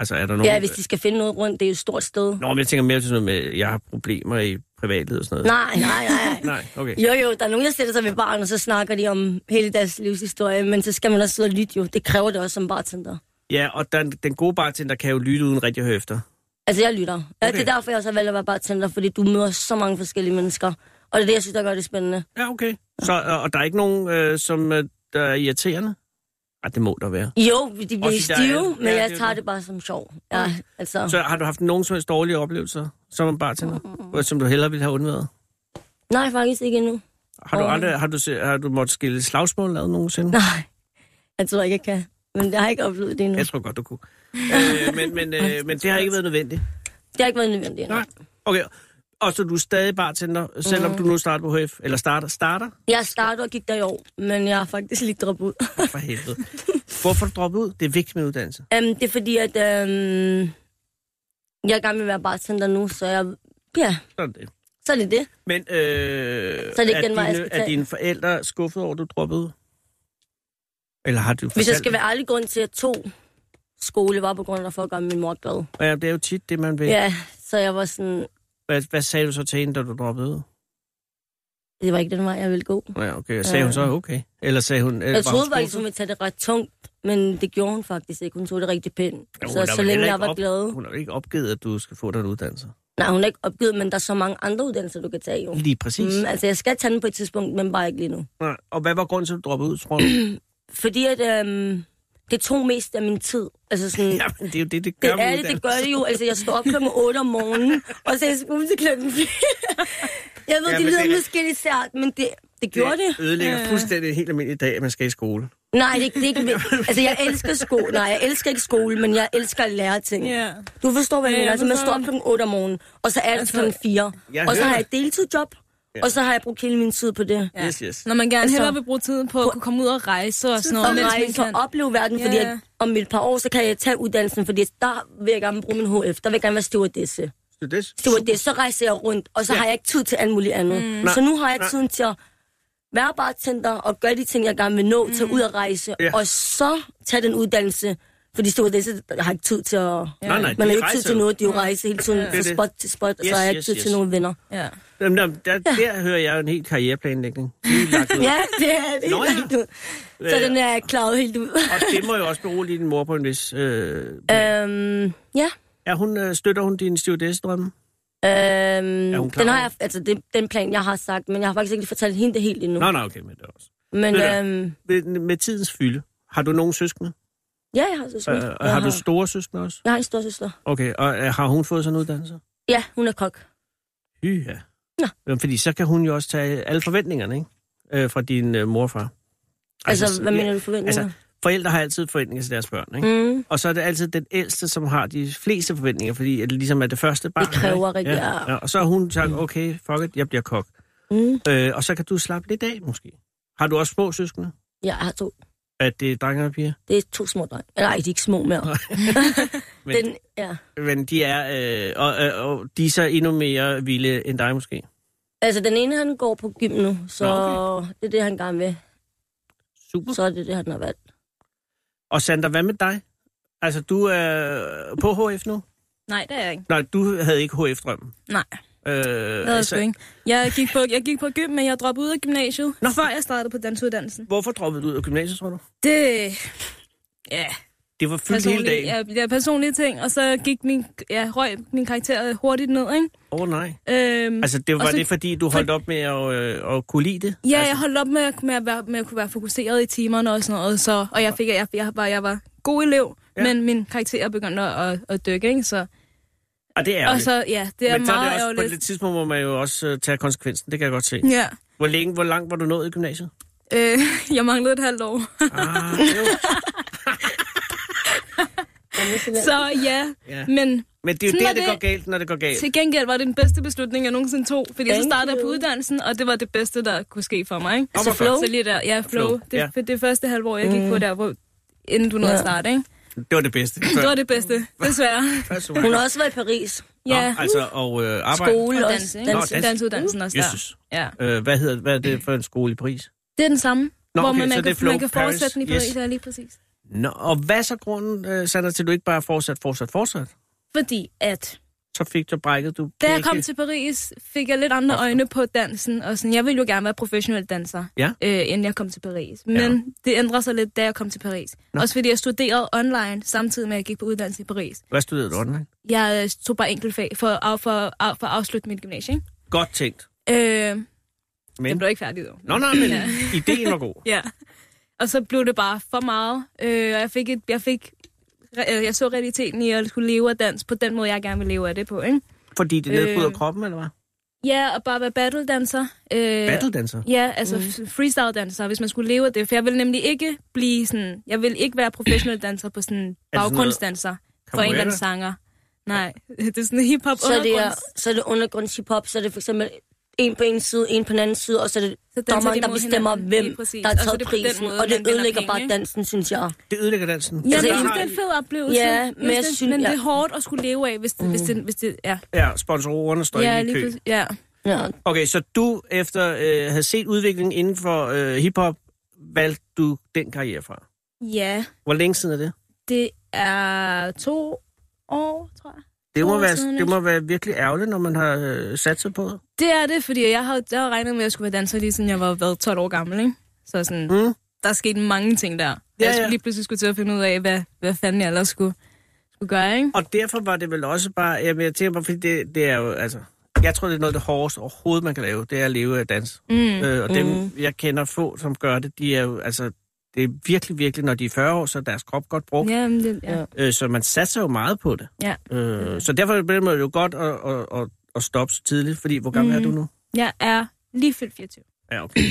Speaker 2: Altså er der nogen...
Speaker 7: Ja, hvis de skal finde noget rundt, det er jo et stort sted.
Speaker 2: Nå, men jeg tænker mere til sådan noget med, at jeg har problemer i privatlivet og sådan noget.
Speaker 7: Nej, nej, nej.
Speaker 2: Nej, okay.
Speaker 7: Jo, jo, der er nogen, der sætter sig ved baren, og så snakker de om hele deres livshistorie, men så skal man også sidde og lytte jo. Det kræver det også som bartender.
Speaker 2: Ja, og den, den gode bartender kan jo lytte uden rigtig at høre efter.
Speaker 7: Altså, jeg lytter. Okay. Ja,
Speaker 2: Okay.
Speaker 7: det er derfor, jeg også har valgt at være bartender, fordi du møder så mange forskellige mennesker. Og det er det, jeg synes, der gør det spændende.
Speaker 2: Ja, okay. Så, og, og der er ikke nogen, øh, som øh, der er irriterende? Ej, det må der være.
Speaker 7: Jo, de bliver
Speaker 2: Også de, der er-
Speaker 7: stive, men
Speaker 2: ja,
Speaker 7: jeg
Speaker 2: det er
Speaker 7: tager
Speaker 2: det.
Speaker 7: det bare som sjov. Ja, altså.
Speaker 2: Så har du haft nogen som helst dårlige oplevelser som en bartender, mm. som du hellere ville have undværet?
Speaker 7: Nej, faktisk ikke endnu.
Speaker 2: Har du,
Speaker 7: Åh.
Speaker 2: aldrig, har du, se- har du måttet skille slagsmål ad nogensinde?
Speaker 7: Nej, jeg tror ikke, jeg kan. Men jeg har ikke oplevet det endnu.
Speaker 2: Jeg tror godt, du kunne. øh, men, men, øh, men det har ikke været nødvendigt.
Speaker 7: Det har ikke været nødvendigt endnu.
Speaker 2: Nej. Okay, og så er du stadig bartender,
Speaker 7: Mm.
Speaker 2: selvom du nu starter på HF? Eller starter? Starter?
Speaker 7: Jeg startede og gik der i år, men jeg har faktisk lige droppet ud.
Speaker 2: For helvede. Hvorfor er du droppet ud? Det er vigtigt med uddannelse.
Speaker 7: um, det er fordi, at um, jeg er i gang med at være bartender nu, så jeg... Ja,
Speaker 2: Sådan det.
Speaker 7: så er det det.
Speaker 2: Men øh,
Speaker 7: Så er det ikke
Speaker 2: er,
Speaker 7: den vej, jeg
Speaker 2: dine,
Speaker 7: skal
Speaker 2: er
Speaker 7: tage.
Speaker 2: dine forældre skuffet over, at du droppede ud? Eller har du
Speaker 7: Hvis jeg
Speaker 2: fortalt
Speaker 7: skal være ærlig, grund til, at to skole var på grund af, for at gøre min mor glad.
Speaker 2: dem? Ja, det er jo tit det, man vil.
Speaker 7: Ja, så jeg var sådan...
Speaker 2: Hvad, hvad sagde du så til hende, da du droppede ud?
Speaker 7: Det var ikke den vej, jeg ville gå.
Speaker 2: Ja, okay. Sagde hun så okay? Eller sagde hun...
Speaker 7: Mm. Øh. Jeg troede ligesom- faktisk, hun ville tage det ret tungt, men det gjorde hun faktisk ikke. Hun tog det rigtig pænt. Så, så længe jeg var glad.
Speaker 2: Hun har ikke opgivet, at du skal få den uddannelse.
Speaker 7: Nej, hun er ikke opgivet, men der er så mange andre uddannelser, du kan tage jo.
Speaker 2: Lige præcis.
Speaker 7: Mm, altså, jeg skal tage den på et tidspunkt, men bare ikke lige nu.
Speaker 2: Mm. Og hvad var grunden til, at du droppede ud, tror du?
Speaker 7: Mm. Fordi at, øhm, det tog mest af min tid. Altså sådan, ja,
Speaker 2: Jamen, det er jo det, det gør
Speaker 7: det
Speaker 2: med
Speaker 7: er det, det
Speaker 2: uddannelse.
Speaker 7: gør det jo. Altså, jeg står op klokken 8 om morgenen, og så er jeg spole til klokken 4. jeg ved,
Speaker 2: Ja,
Speaker 7: ja, det
Speaker 2: men det er-
Speaker 7: lyder måske lidt sært, men det, det gjorde det. Øh.
Speaker 2: Det ødelægger fuldstændig en helt almindelig dag, at man skal i skole.
Speaker 7: Nej, det, det er ikke... Altså, jeg elsker skole. Nej, jeg elsker ikke skole, men jeg elsker at lære ting.
Speaker 8: Ja.
Speaker 7: Du forstår, hvad jeg
Speaker 8: Ja,
Speaker 7: mener.
Speaker 8: jeg
Speaker 7: Altså, man står
Speaker 8: forstår Altså,
Speaker 7: op klokken 8 om morgenen, og så er det klokken 4.
Speaker 2: Jeg
Speaker 7: Og så
Speaker 2: hører
Speaker 7: har jeg
Speaker 2: det.
Speaker 7: et deltidsjob, og så har jeg brugt hele min tid på det.
Speaker 2: Ja. Yes, yes.
Speaker 8: Når man gerne
Speaker 7: Altså-
Speaker 8: altså, hellere vil bruge tiden på at kunne komme ud og rejse og sådan
Speaker 7: og
Speaker 8: noget, mens man
Speaker 7: rejse og
Speaker 8: kan.
Speaker 7: opleve verden, fordi
Speaker 8: Ja.
Speaker 7: at om et par år, så kan jeg tage uddannelsen, fordi der vil jeg gerne bruge min HF, der vil jeg gerne være stewardesse.
Speaker 2: Så det,
Speaker 7: Stewardesse, så rejser jeg rundt, og så har jeg ikke tid til alt muligt andet. Mm. Så nu har jeg tiden til at være bartender og gøre de ting, jeg gerne vil nå, mm. tage ud og rejse,
Speaker 2: Ja.
Speaker 7: yeah. og så tage den uddannelse, fordi stewardesse har ikke tid til at... Yeah.
Speaker 2: nej, nej,
Speaker 7: Man
Speaker 2: de
Speaker 7: har ikke tid
Speaker 2: rejser
Speaker 7: til
Speaker 2: jo.
Speaker 7: noget, de jo rejser hele tiden
Speaker 2: er
Speaker 7: fra
Speaker 2: det.
Speaker 7: spot til spot, og
Speaker 2: Yes,
Speaker 7: så har jeg ikke
Speaker 2: yes,
Speaker 7: tid
Speaker 2: yes.
Speaker 7: til nogen venner.
Speaker 8: Ja.
Speaker 2: Jamen, der, der, der hører jeg jo en helt karriereplanlægning. Lige lagt ud.
Speaker 7: Ja, det er det.
Speaker 2: Nå, ja.
Speaker 7: helt ud. Så
Speaker 2: Ja, ja.
Speaker 7: den er klaret helt ud.
Speaker 2: Og det må jo også berolige din mor på en vis... Øh,
Speaker 7: øhm, ja.
Speaker 2: er hun, øh, støtter hun din stewardess-drømme?
Speaker 7: Øhm,
Speaker 2: hun klar
Speaker 7: den har
Speaker 2: over
Speaker 7: jeg, altså det, den plan, jeg har sagt, men jeg har faktisk ikke lige fortalt hende det helt endnu.
Speaker 2: Nå, nej, okay, men det er også.
Speaker 7: men
Speaker 2: det er
Speaker 7: øhm,
Speaker 2: Med, med tidens fylde, har du nogen søskende?
Speaker 7: ja, jeg har søster.
Speaker 2: Øh,
Speaker 7: jeg
Speaker 2: har du store søskende også?
Speaker 7: Jeg har en storsøster.
Speaker 2: Okay, og øh, har hun fået sådan en uddannelse?
Speaker 7: Ja, hun er kok.
Speaker 2: Hyha.
Speaker 7: Nå.
Speaker 2: Jamen, fordi så kan hun jo også tage alle forventningerne, ikke? Øh, fra din øh, morfar.
Speaker 7: Altså, hvad
Speaker 2: ja,
Speaker 7: mener du forventninger?
Speaker 2: Altså, forældre har altid forventninger til deres børn, ikke?
Speaker 7: mm,
Speaker 2: Og så er det altid den ældste, som har de fleste forventninger, fordi at det ligesom er det første barn.
Speaker 7: kræver
Speaker 2: ikke?
Speaker 7: rigtig-
Speaker 2: ja.
Speaker 7: ja.
Speaker 2: ja. Og så har hun sagt, okay, fuck it, jeg bliver kok.
Speaker 7: mm.
Speaker 2: Øh, og så kan du slappe lidt af, måske. Har du også små søskende?
Speaker 7: Ja, jeg har to.
Speaker 2: At det er drenge og piger?
Speaker 7: Det er to små drenge. Nej, de er ikke små mere.
Speaker 2: Men-
Speaker 7: den, ja.
Speaker 2: Men de er, øh, og, øh, og de er så endnu mere vilde end dig, måske.
Speaker 7: Altså, den ene, han går på gym nu, så
Speaker 2: Nå,
Speaker 7: det er det, han gerne vil.
Speaker 2: Super.
Speaker 7: Så er det det, han har valgt.
Speaker 2: Og Sandra, hvad med dig? Altså, du er på HF nu?
Speaker 8: Nej, det er jeg ikke.
Speaker 2: Nej, du havde ikke HF-drømmen.
Speaker 8: Nej,
Speaker 2: Øh,
Speaker 8: det havde jeg sgu ikke. Jeg gik, på, jeg gik på gym, men jeg droppede ud af gymnasiet,
Speaker 2: Nå.
Speaker 8: Nå. før jeg startede på dansuddannelsen.
Speaker 2: Hvorfor droppede du ud af gymnasiet, tror du?
Speaker 8: Det... Ja,
Speaker 2: Det var fyldt hele
Speaker 8: personlige,
Speaker 2: dagen. Åh,
Speaker 8: ja, ja, personlige ting, og så gik min, ja, røg min karakter hurtigt ned, ikke?
Speaker 2: oh, nej.
Speaker 8: Øhm,
Speaker 2: Altså, det var
Speaker 8: Og
Speaker 2: så,
Speaker 8: så-
Speaker 2: det, fordi du holdt op med at, øh, at kunne lide det?
Speaker 8: Ja,
Speaker 2: altså,
Speaker 8: jeg holdt op med, at- med, at, være, med at kunne være fokuseret i timerne og sådan noget, så, og jeg, fik, jeg, jeg, var, jeg var god elev,
Speaker 2: Ja.
Speaker 8: ja. men min karakter begyndte at, at, at dykke, ikke? Så,
Speaker 2: Og det er
Speaker 8: og
Speaker 2: ærgerligt.
Speaker 8: så, ja, det er
Speaker 2: Men så er
Speaker 8: meget
Speaker 2: det også på
Speaker 8: ærgerligt.
Speaker 2: et tidspunkt, hvor man jo også øh, tager konsekvensen. Det kan jeg godt se.
Speaker 8: Ja,
Speaker 2: Hvor, længe, hvor langt var du nået i gymnasiet?
Speaker 8: øh, jeg manglede et halvt år.
Speaker 2: Ah, det er jo,
Speaker 8: så ja,
Speaker 2: Ja.
Speaker 8: ja. men
Speaker 2: men det er jo
Speaker 8: Sådan
Speaker 2: der,
Speaker 8: var
Speaker 2: det
Speaker 8: det.
Speaker 2: går galt, når det går galt.
Speaker 8: til gengæld var det den bedste beslutning, jeg nogensinde tog, fordi så
Speaker 7: Thank
Speaker 8: startede jeg på
Speaker 7: you.
Speaker 8: uddannelsen, og det var det bedste, der kunne ske for mig, ikke?
Speaker 2: Altså flow?
Speaker 8: Så lige der, ja, flow.
Speaker 2: Flow,
Speaker 8: flow. Det,
Speaker 2: ja. Mm.
Speaker 8: ja. det første halvår, jeg gik på der, hvor, inden du nåede at starte, ikke?
Speaker 2: Det var det bedste.
Speaker 8: Det var det bedste, desværre.
Speaker 7: Hun har også været i Paris.
Speaker 8: Ja,
Speaker 2: Nå, altså, og øh, arbejde.
Speaker 7: Skole
Speaker 8: og
Speaker 7: og
Speaker 8: danse,
Speaker 7: også.
Speaker 8: ikke?
Speaker 2: Nå,
Speaker 7: Dans.
Speaker 2: dans.
Speaker 8: Dansuddannelsen også
Speaker 2: Jesus.
Speaker 8: der. Ja.
Speaker 2: Øh, hvad, hedder, hvad er det for en skole i Paris?
Speaker 8: Det er den samme,
Speaker 2: Nå,
Speaker 8: Nå, hvor
Speaker 2: okay,
Speaker 8: man,
Speaker 2: så
Speaker 8: man,
Speaker 2: det er
Speaker 8: kan,
Speaker 2: Flow
Speaker 8: man kan
Speaker 2: Paris,
Speaker 8: fortsætte den i
Speaker 2: yes.
Speaker 8: Paris, yes. ja, lige præcis.
Speaker 2: Nå, og hvad er så grunden, øh, Sandra, til at du ikke bare fortsat, fortsat, fortsat?
Speaker 8: Fordi at,
Speaker 2: Så fik du brækket, du
Speaker 8: da jeg
Speaker 2: knækkede.
Speaker 8: kom til Paris, fik jeg lidt andre øjne på dansen, og sådan, jeg ville jo gerne være professionel danser,
Speaker 2: Ja.
Speaker 8: øh, inden jeg kom til Paris. Men det ændrede sig lidt, da jeg kom til Paris. Nå. Også fordi jeg studerede online, samtidig med, at jeg gik på uddannelse i Paris.
Speaker 2: Hvad studerede du online?
Speaker 8: Jeg øh, tog bare enkelt fag for, for, for, for at afslutte mit gymnasie, ikke?
Speaker 2: Godt tænkt.
Speaker 8: Øh, Men... Den
Speaker 2: Men,
Speaker 8: blev ikke færdig, dog.
Speaker 2: nå, nej, men
Speaker 8: Ja.
Speaker 2: ideen var god.
Speaker 8: Ja. Og så blev det bare for meget. Øh, og jeg fik, et, jeg fik øh, jeg så realiteten i at skulle leve af dans på den måde, jeg gerne vil leve af det på, ikke?
Speaker 2: Fordi det nedbryder
Speaker 8: Øh,
Speaker 2: kroppen, eller hvad?
Speaker 8: Ja, og bare være battledanser. Øh,
Speaker 2: Battledanser?
Speaker 8: Ja, altså mm. freestyle danser, hvis man skulle leve af det. For jeg vil nemlig ikke blive sådan... Jeg vil ikke være professionel danser på sådan
Speaker 2: noget
Speaker 8: baggrundsdanser for en
Speaker 2: capoeira?
Speaker 8: eller anden sanger. Nej, det er sådan hiphop
Speaker 7: Så er det, er,
Speaker 8: undergrunds.
Speaker 7: så er det undergrunds hiphop, så er det for eksempel en på en side, en på den anden side, og så er det
Speaker 8: Så danser
Speaker 7: dommeren,
Speaker 8: de
Speaker 7: der
Speaker 8: mod
Speaker 7: bestemmer,
Speaker 8: hinanden.
Speaker 7: hvem
Speaker 8: Lige præcis.
Speaker 7: der har
Speaker 8: Og så er
Speaker 7: taget
Speaker 8: det på den
Speaker 7: prisen,
Speaker 8: måde,
Speaker 7: og det
Speaker 8: man vinder
Speaker 7: ødelægger
Speaker 8: penge,
Speaker 7: bare
Speaker 8: ikke?
Speaker 7: dansen, synes jeg. Altså,
Speaker 2: Det ødelægger dansen.
Speaker 8: Ja,
Speaker 2: Så
Speaker 8: det
Speaker 2: jeg
Speaker 8: er
Speaker 2: har-
Speaker 8: ikke en fed oplevelse.
Speaker 7: Ja,
Speaker 8: Just
Speaker 7: men jeg
Speaker 8: det.
Speaker 7: synes-
Speaker 8: men det
Speaker 7: ja. Mm.
Speaker 8: er hårdt at skulle leve af, hvis det, hvis det, hvis det ja.
Speaker 2: Ja, sponsorerne står
Speaker 8: ja,
Speaker 2: ikke i kø.
Speaker 8: præcis. ja.
Speaker 7: Ja,
Speaker 2: Okay, så du efter øh, havde set udviklingen inden for øh, hiphop, valgte du den karriere fra.
Speaker 8: ja,
Speaker 2: Hvor længe siden er det?
Speaker 8: det er to år, tror jeg.
Speaker 2: Det må,
Speaker 8: Åh,
Speaker 2: være,
Speaker 8: siden
Speaker 2: det
Speaker 8: et-
Speaker 2: må være virkelig ærgerligt, når man har øh, sat sig på det.
Speaker 8: Det er det, fordi jeg havde, jeg havde regnet med, at jeg skulle være danser lige siden jeg var været 12 år gammel, ikke? Så sådan,
Speaker 2: Mm.
Speaker 8: mm. der er sket mange ting der.
Speaker 2: Ja,
Speaker 8: Ja, jeg skulle
Speaker 2: ja.
Speaker 8: lige pludselig skulle til at finde ud af, hvad, hvad fanden jeg ellers skulle, skulle gøre, ikke?
Speaker 2: Og derfor var det vel også bare... Jamen, jeg tænker bare, fordi det, det er jo... Altså, jeg tror, det er noget af det hårdeste overhovedet, man kan lave. Det er at leve af dans.
Speaker 8: Mm.
Speaker 2: Øh, og dem, jeg kender få, som gør det, de er jo... Altså, det er virkelig, virkelig... Når de er 40 år, så er deres krop godt brugt.
Speaker 8: Ja, men det, ja.
Speaker 2: Øh, så man satser jo meget på det.
Speaker 8: Ja.
Speaker 2: Øh, Så derfor blev det jo godt at, at, at, at stoppe så tidligt, fordi hvor gammel mm. er du nu?
Speaker 8: Jeg er lige fyldt 24.
Speaker 2: Ja, okay.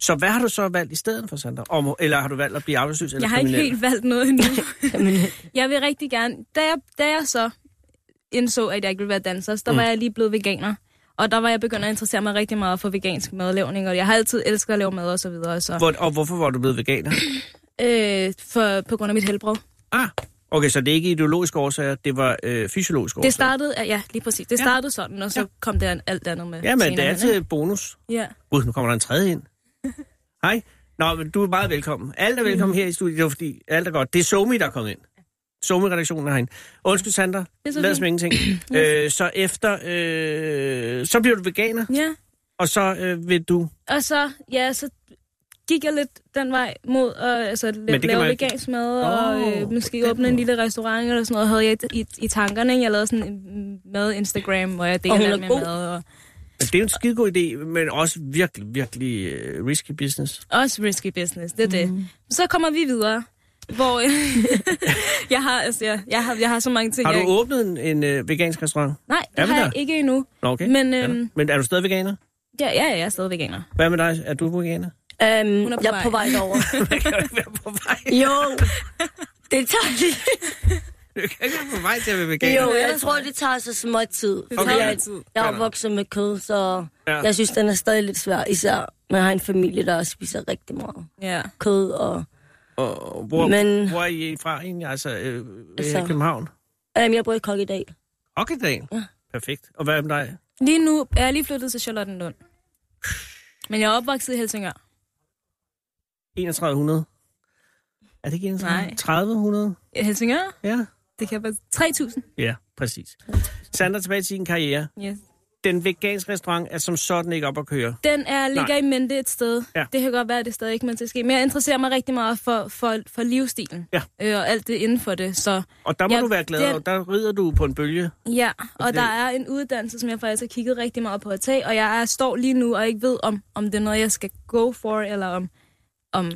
Speaker 2: Så hvad har du så valgt i stedet for, Sandra? Om, eller har du valgt at blive arbejdsløs eller
Speaker 8: Jeg har ikke
Speaker 2: kriminel?
Speaker 8: helt valgt noget endnu.
Speaker 7: men
Speaker 8: jeg vil rigtig gerne... Da jeg, da jeg så indså, at jeg ikke ville være danser,
Speaker 2: Mm.
Speaker 8: så der var jeg lige blevet veganer. Og der var jeg begyndt at interessere mig rigtig meget for vegansk madlavning, og jeg har altid elsket at lave mad og så videre. Så,
Speaker 2: Hvor, og hvorfor var du blevet veganer?
Speaker 8: øh, for, på grund af mit helbred.
Speaker 2: Ah, okay, så det er ikke ideologiske årsager, det var øh, fysiologiske årsager.
Speaker 8: Det startede, ja, lige præcis. Det startede sådan, og så ja. kom der alt andet med.
Speaker 2: Ja, men det
Speaker 8: senere
Speaker 2: er
Speaker 8: hen,
Speaker 2: altid
Speaker 8: ikke?
Speaker 2: et bonus.
Speaker 8: Ja.
Speaker 2: Gud, nu kommer der en tredje ind. Hej. Nå, men du er meget velkommen. Alt er velkommen her i studiet, det var fordi alt er godt. Det er Somi, der er kommet ind. Somi-redaktionen er herinde. Undskyld, Sandra.
Speaker 8: er så
Speaker 2: Lad os
Speaker 8: fint.
Speaker 2: med ingenting. øh, så efter... Øh, så bliver du veganer,
Speaker 8: ja.
Speaker 2: og så øh, vil du...
Speaker 8: Og så, ja, så gik jeg lidt den vej mod at altså,
Speaker 2: det
Speaker 8: lave
Speaker 2: kan man
Speaker 8: man...
Speaker 2: ikke-
Speaker 8: vegansk mad,
Speaker 2: Åh,
Speaker 8: oh, og
Speaker 2: på
Speaker 8: øh, måske
Speaker 2: den
Speaker 8: åbne en lille restaurant eller sådan noget, havde jeg i, i, i tankerne. ikke? Jeg lavede sådan en mad-Instagram, hvor jeg deler
Speaker 7: Og hun er
Speaker 8: alt med
Speaker 7: god.
Speaker 8: mad. Og
Speaker 2: Men det er jo en skide god idé, men også virkelig, virkelig øh, risky business.
Speaker 8: også risky business, det er mm. det. Så kommer vi videre, hvor jeg, har, altså, jeg, jeg, har, jeg har så mange ting.
Speaker 2: Har du
Speaker 8: jeg...
Speaker 2: åbnet en, en øh, vegansk restaurant?
Speaker 8: Nej,
Speaker 2: Er
Speaker 8: det
Speaker 2: vi
Speaker 8: har
Speaker 2: der?
Speaker 8: jeg ikke endnu.
Speaker 2: Nå, okay.
Speaker 8: Men,
Speaker 2: Er der?
Speaker 8: øhm,
Speaker 2: Men er du stadig veganer?
Speaker 8: Ja, ja, jeg er stadig veganer.
Speaker 2: Hvad med dig? Er du veganer?
Speaker 7: øhm,
Speaker 8: Hun er på
Speaker 7: jeg er på vej
Speaker 8: vej.
Speaker 7: derover.
Speaker 2: Jeg kan jo ikke være på vej.
Speaker 7: Jo, det tager lige.
Speaker 2: Jeg kan ikke være på vej til at være veganer.
Speaker 7: Jo, jeg tror, det tager så små tid.
Speaker 8: Det
Speaker 7: Fordi
Speaker 8: tager
Speaker 7: jeg,
Speaker 8: tid.
Speaker 7: jeg er opvokset med kød, så
Speaker 2: Ja.
Speaker 7: jeg synes, den er stadig lidt svær. Især når jeg har en familie, der spiser rigtig meget
Speaker 8: Ja.
Speaker 7: kød. Og,
Speaker 2: Og hvor,
Speaker 7: Men-
Speaker 2: hvor er I fra egentlig? Altså, øh, altså...
Speaker 7: Altså-
Speaker 2: her i København?
Speaker 7: øhm, jeg bor i Kokkedal.
Speaker 2: Okkedal? Ja. Perfekt. Og hvad med dig?
Speaker 8: Lige nu er jeg lige flyttet til Charlottenlund. Men jeg er opvokset i Helsingør.
Speaker 2: 3100? Er det ikke 31?
Speaker 8: Nej.
Speaker 2: 3000?
Speaker 8: Helsingør?
Speaker 2: Ja.
Speaker 8: Det kan være 3.000.
Speaker 2: Ja, præcis. Sandra tilbage til sin karriere.
Speaker 8: Yes.
Speaker 2: Den veganske restaurant er som sådan ikke op at køre.
Speaker 8: Den er, ligger
Speaker 2: Nej.
Speaker 8: i mente et sted.
Speaker 2: Ja.
Speaker 8: Det kan godt være, at det stadig ikke man til at ske. Men jeg interesserer mig rigtig meget for, for, for livsstilen.
Speaker 2: Ja.
Speaker 8: Øh, og alt det inden for det. Så
Speaker 2: Og der må
Speaker 8: Ja,
Speaker 2: du være glad,
Speaker 8: den-
Speaker 2: og der rider du på en bølge.
Speaker 8: ja, og der er en uddannelse, som jeg faktisk har kigget rigtig meget på at tage. Og jeg er, står lige nu og ikke ved, om, om det er noget, jeg skal go for, eller om, om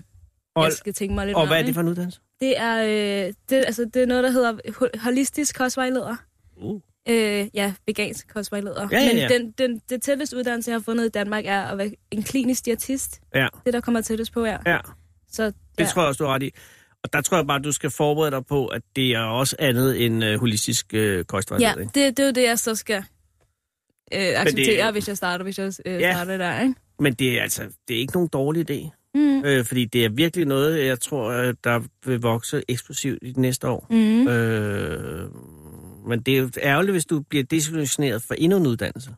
Speaker 2: Og,
Speaker 8: jeg skal tænke mig lidt
Speaker 2: og
Speaker 8: om.
Speaker 2: hvad er det for en uddannelse?
Speaker 8: Det er, øh, det, altså, det er noget, der hedder ho- holistisk kostvejleder.
Speaker 2: Uh.
Speaker 8: Øh, ja, vegansk kostvejleder.
Speaker 2: Ja, ja,
Speaker 8: Men
Speaker 2: ja.
Speaker 8: den, den, det tætteste uddannelse, jeg har fundet i Danmark, er at være en klinisk diætist.
Speaker 2: Ja,
Speaker 8: Det, der kommer tættest på, er.
Speaker 2: ja.
Speaker 8: Så, ja.
Speaker 2: Det tror jeg også, du har ret i. Og der tror jeg bare, du skal forberede dig på, at det er også andet end øh, holistisk øh,
Speaker 8: Ja,
Speaker 2: kostvejledning.
Speaker 8: det, det er jo det, jeg så skal øh, acceptere,
Speaker 2: jo-
Speaker 8: det, hvis jeg starter, hvis jeg øh,
Speaker 2: Ja.
Speaker 8: ja. starter der, ikke?
Speaker 2: Men det er altså det er ikke nogen dårlig idé.
Speaker 8: Mm.
Speaker 2: Øh, fordi det er virkelig noget, jeg tror, øh, der vil vokse eksplosivt i de næste år.
Speaker 8: Mm.
Speaker 2: Øh, men det er jo ærgerligt, hvis du bliver desillusioneret for endnu en uddannelse.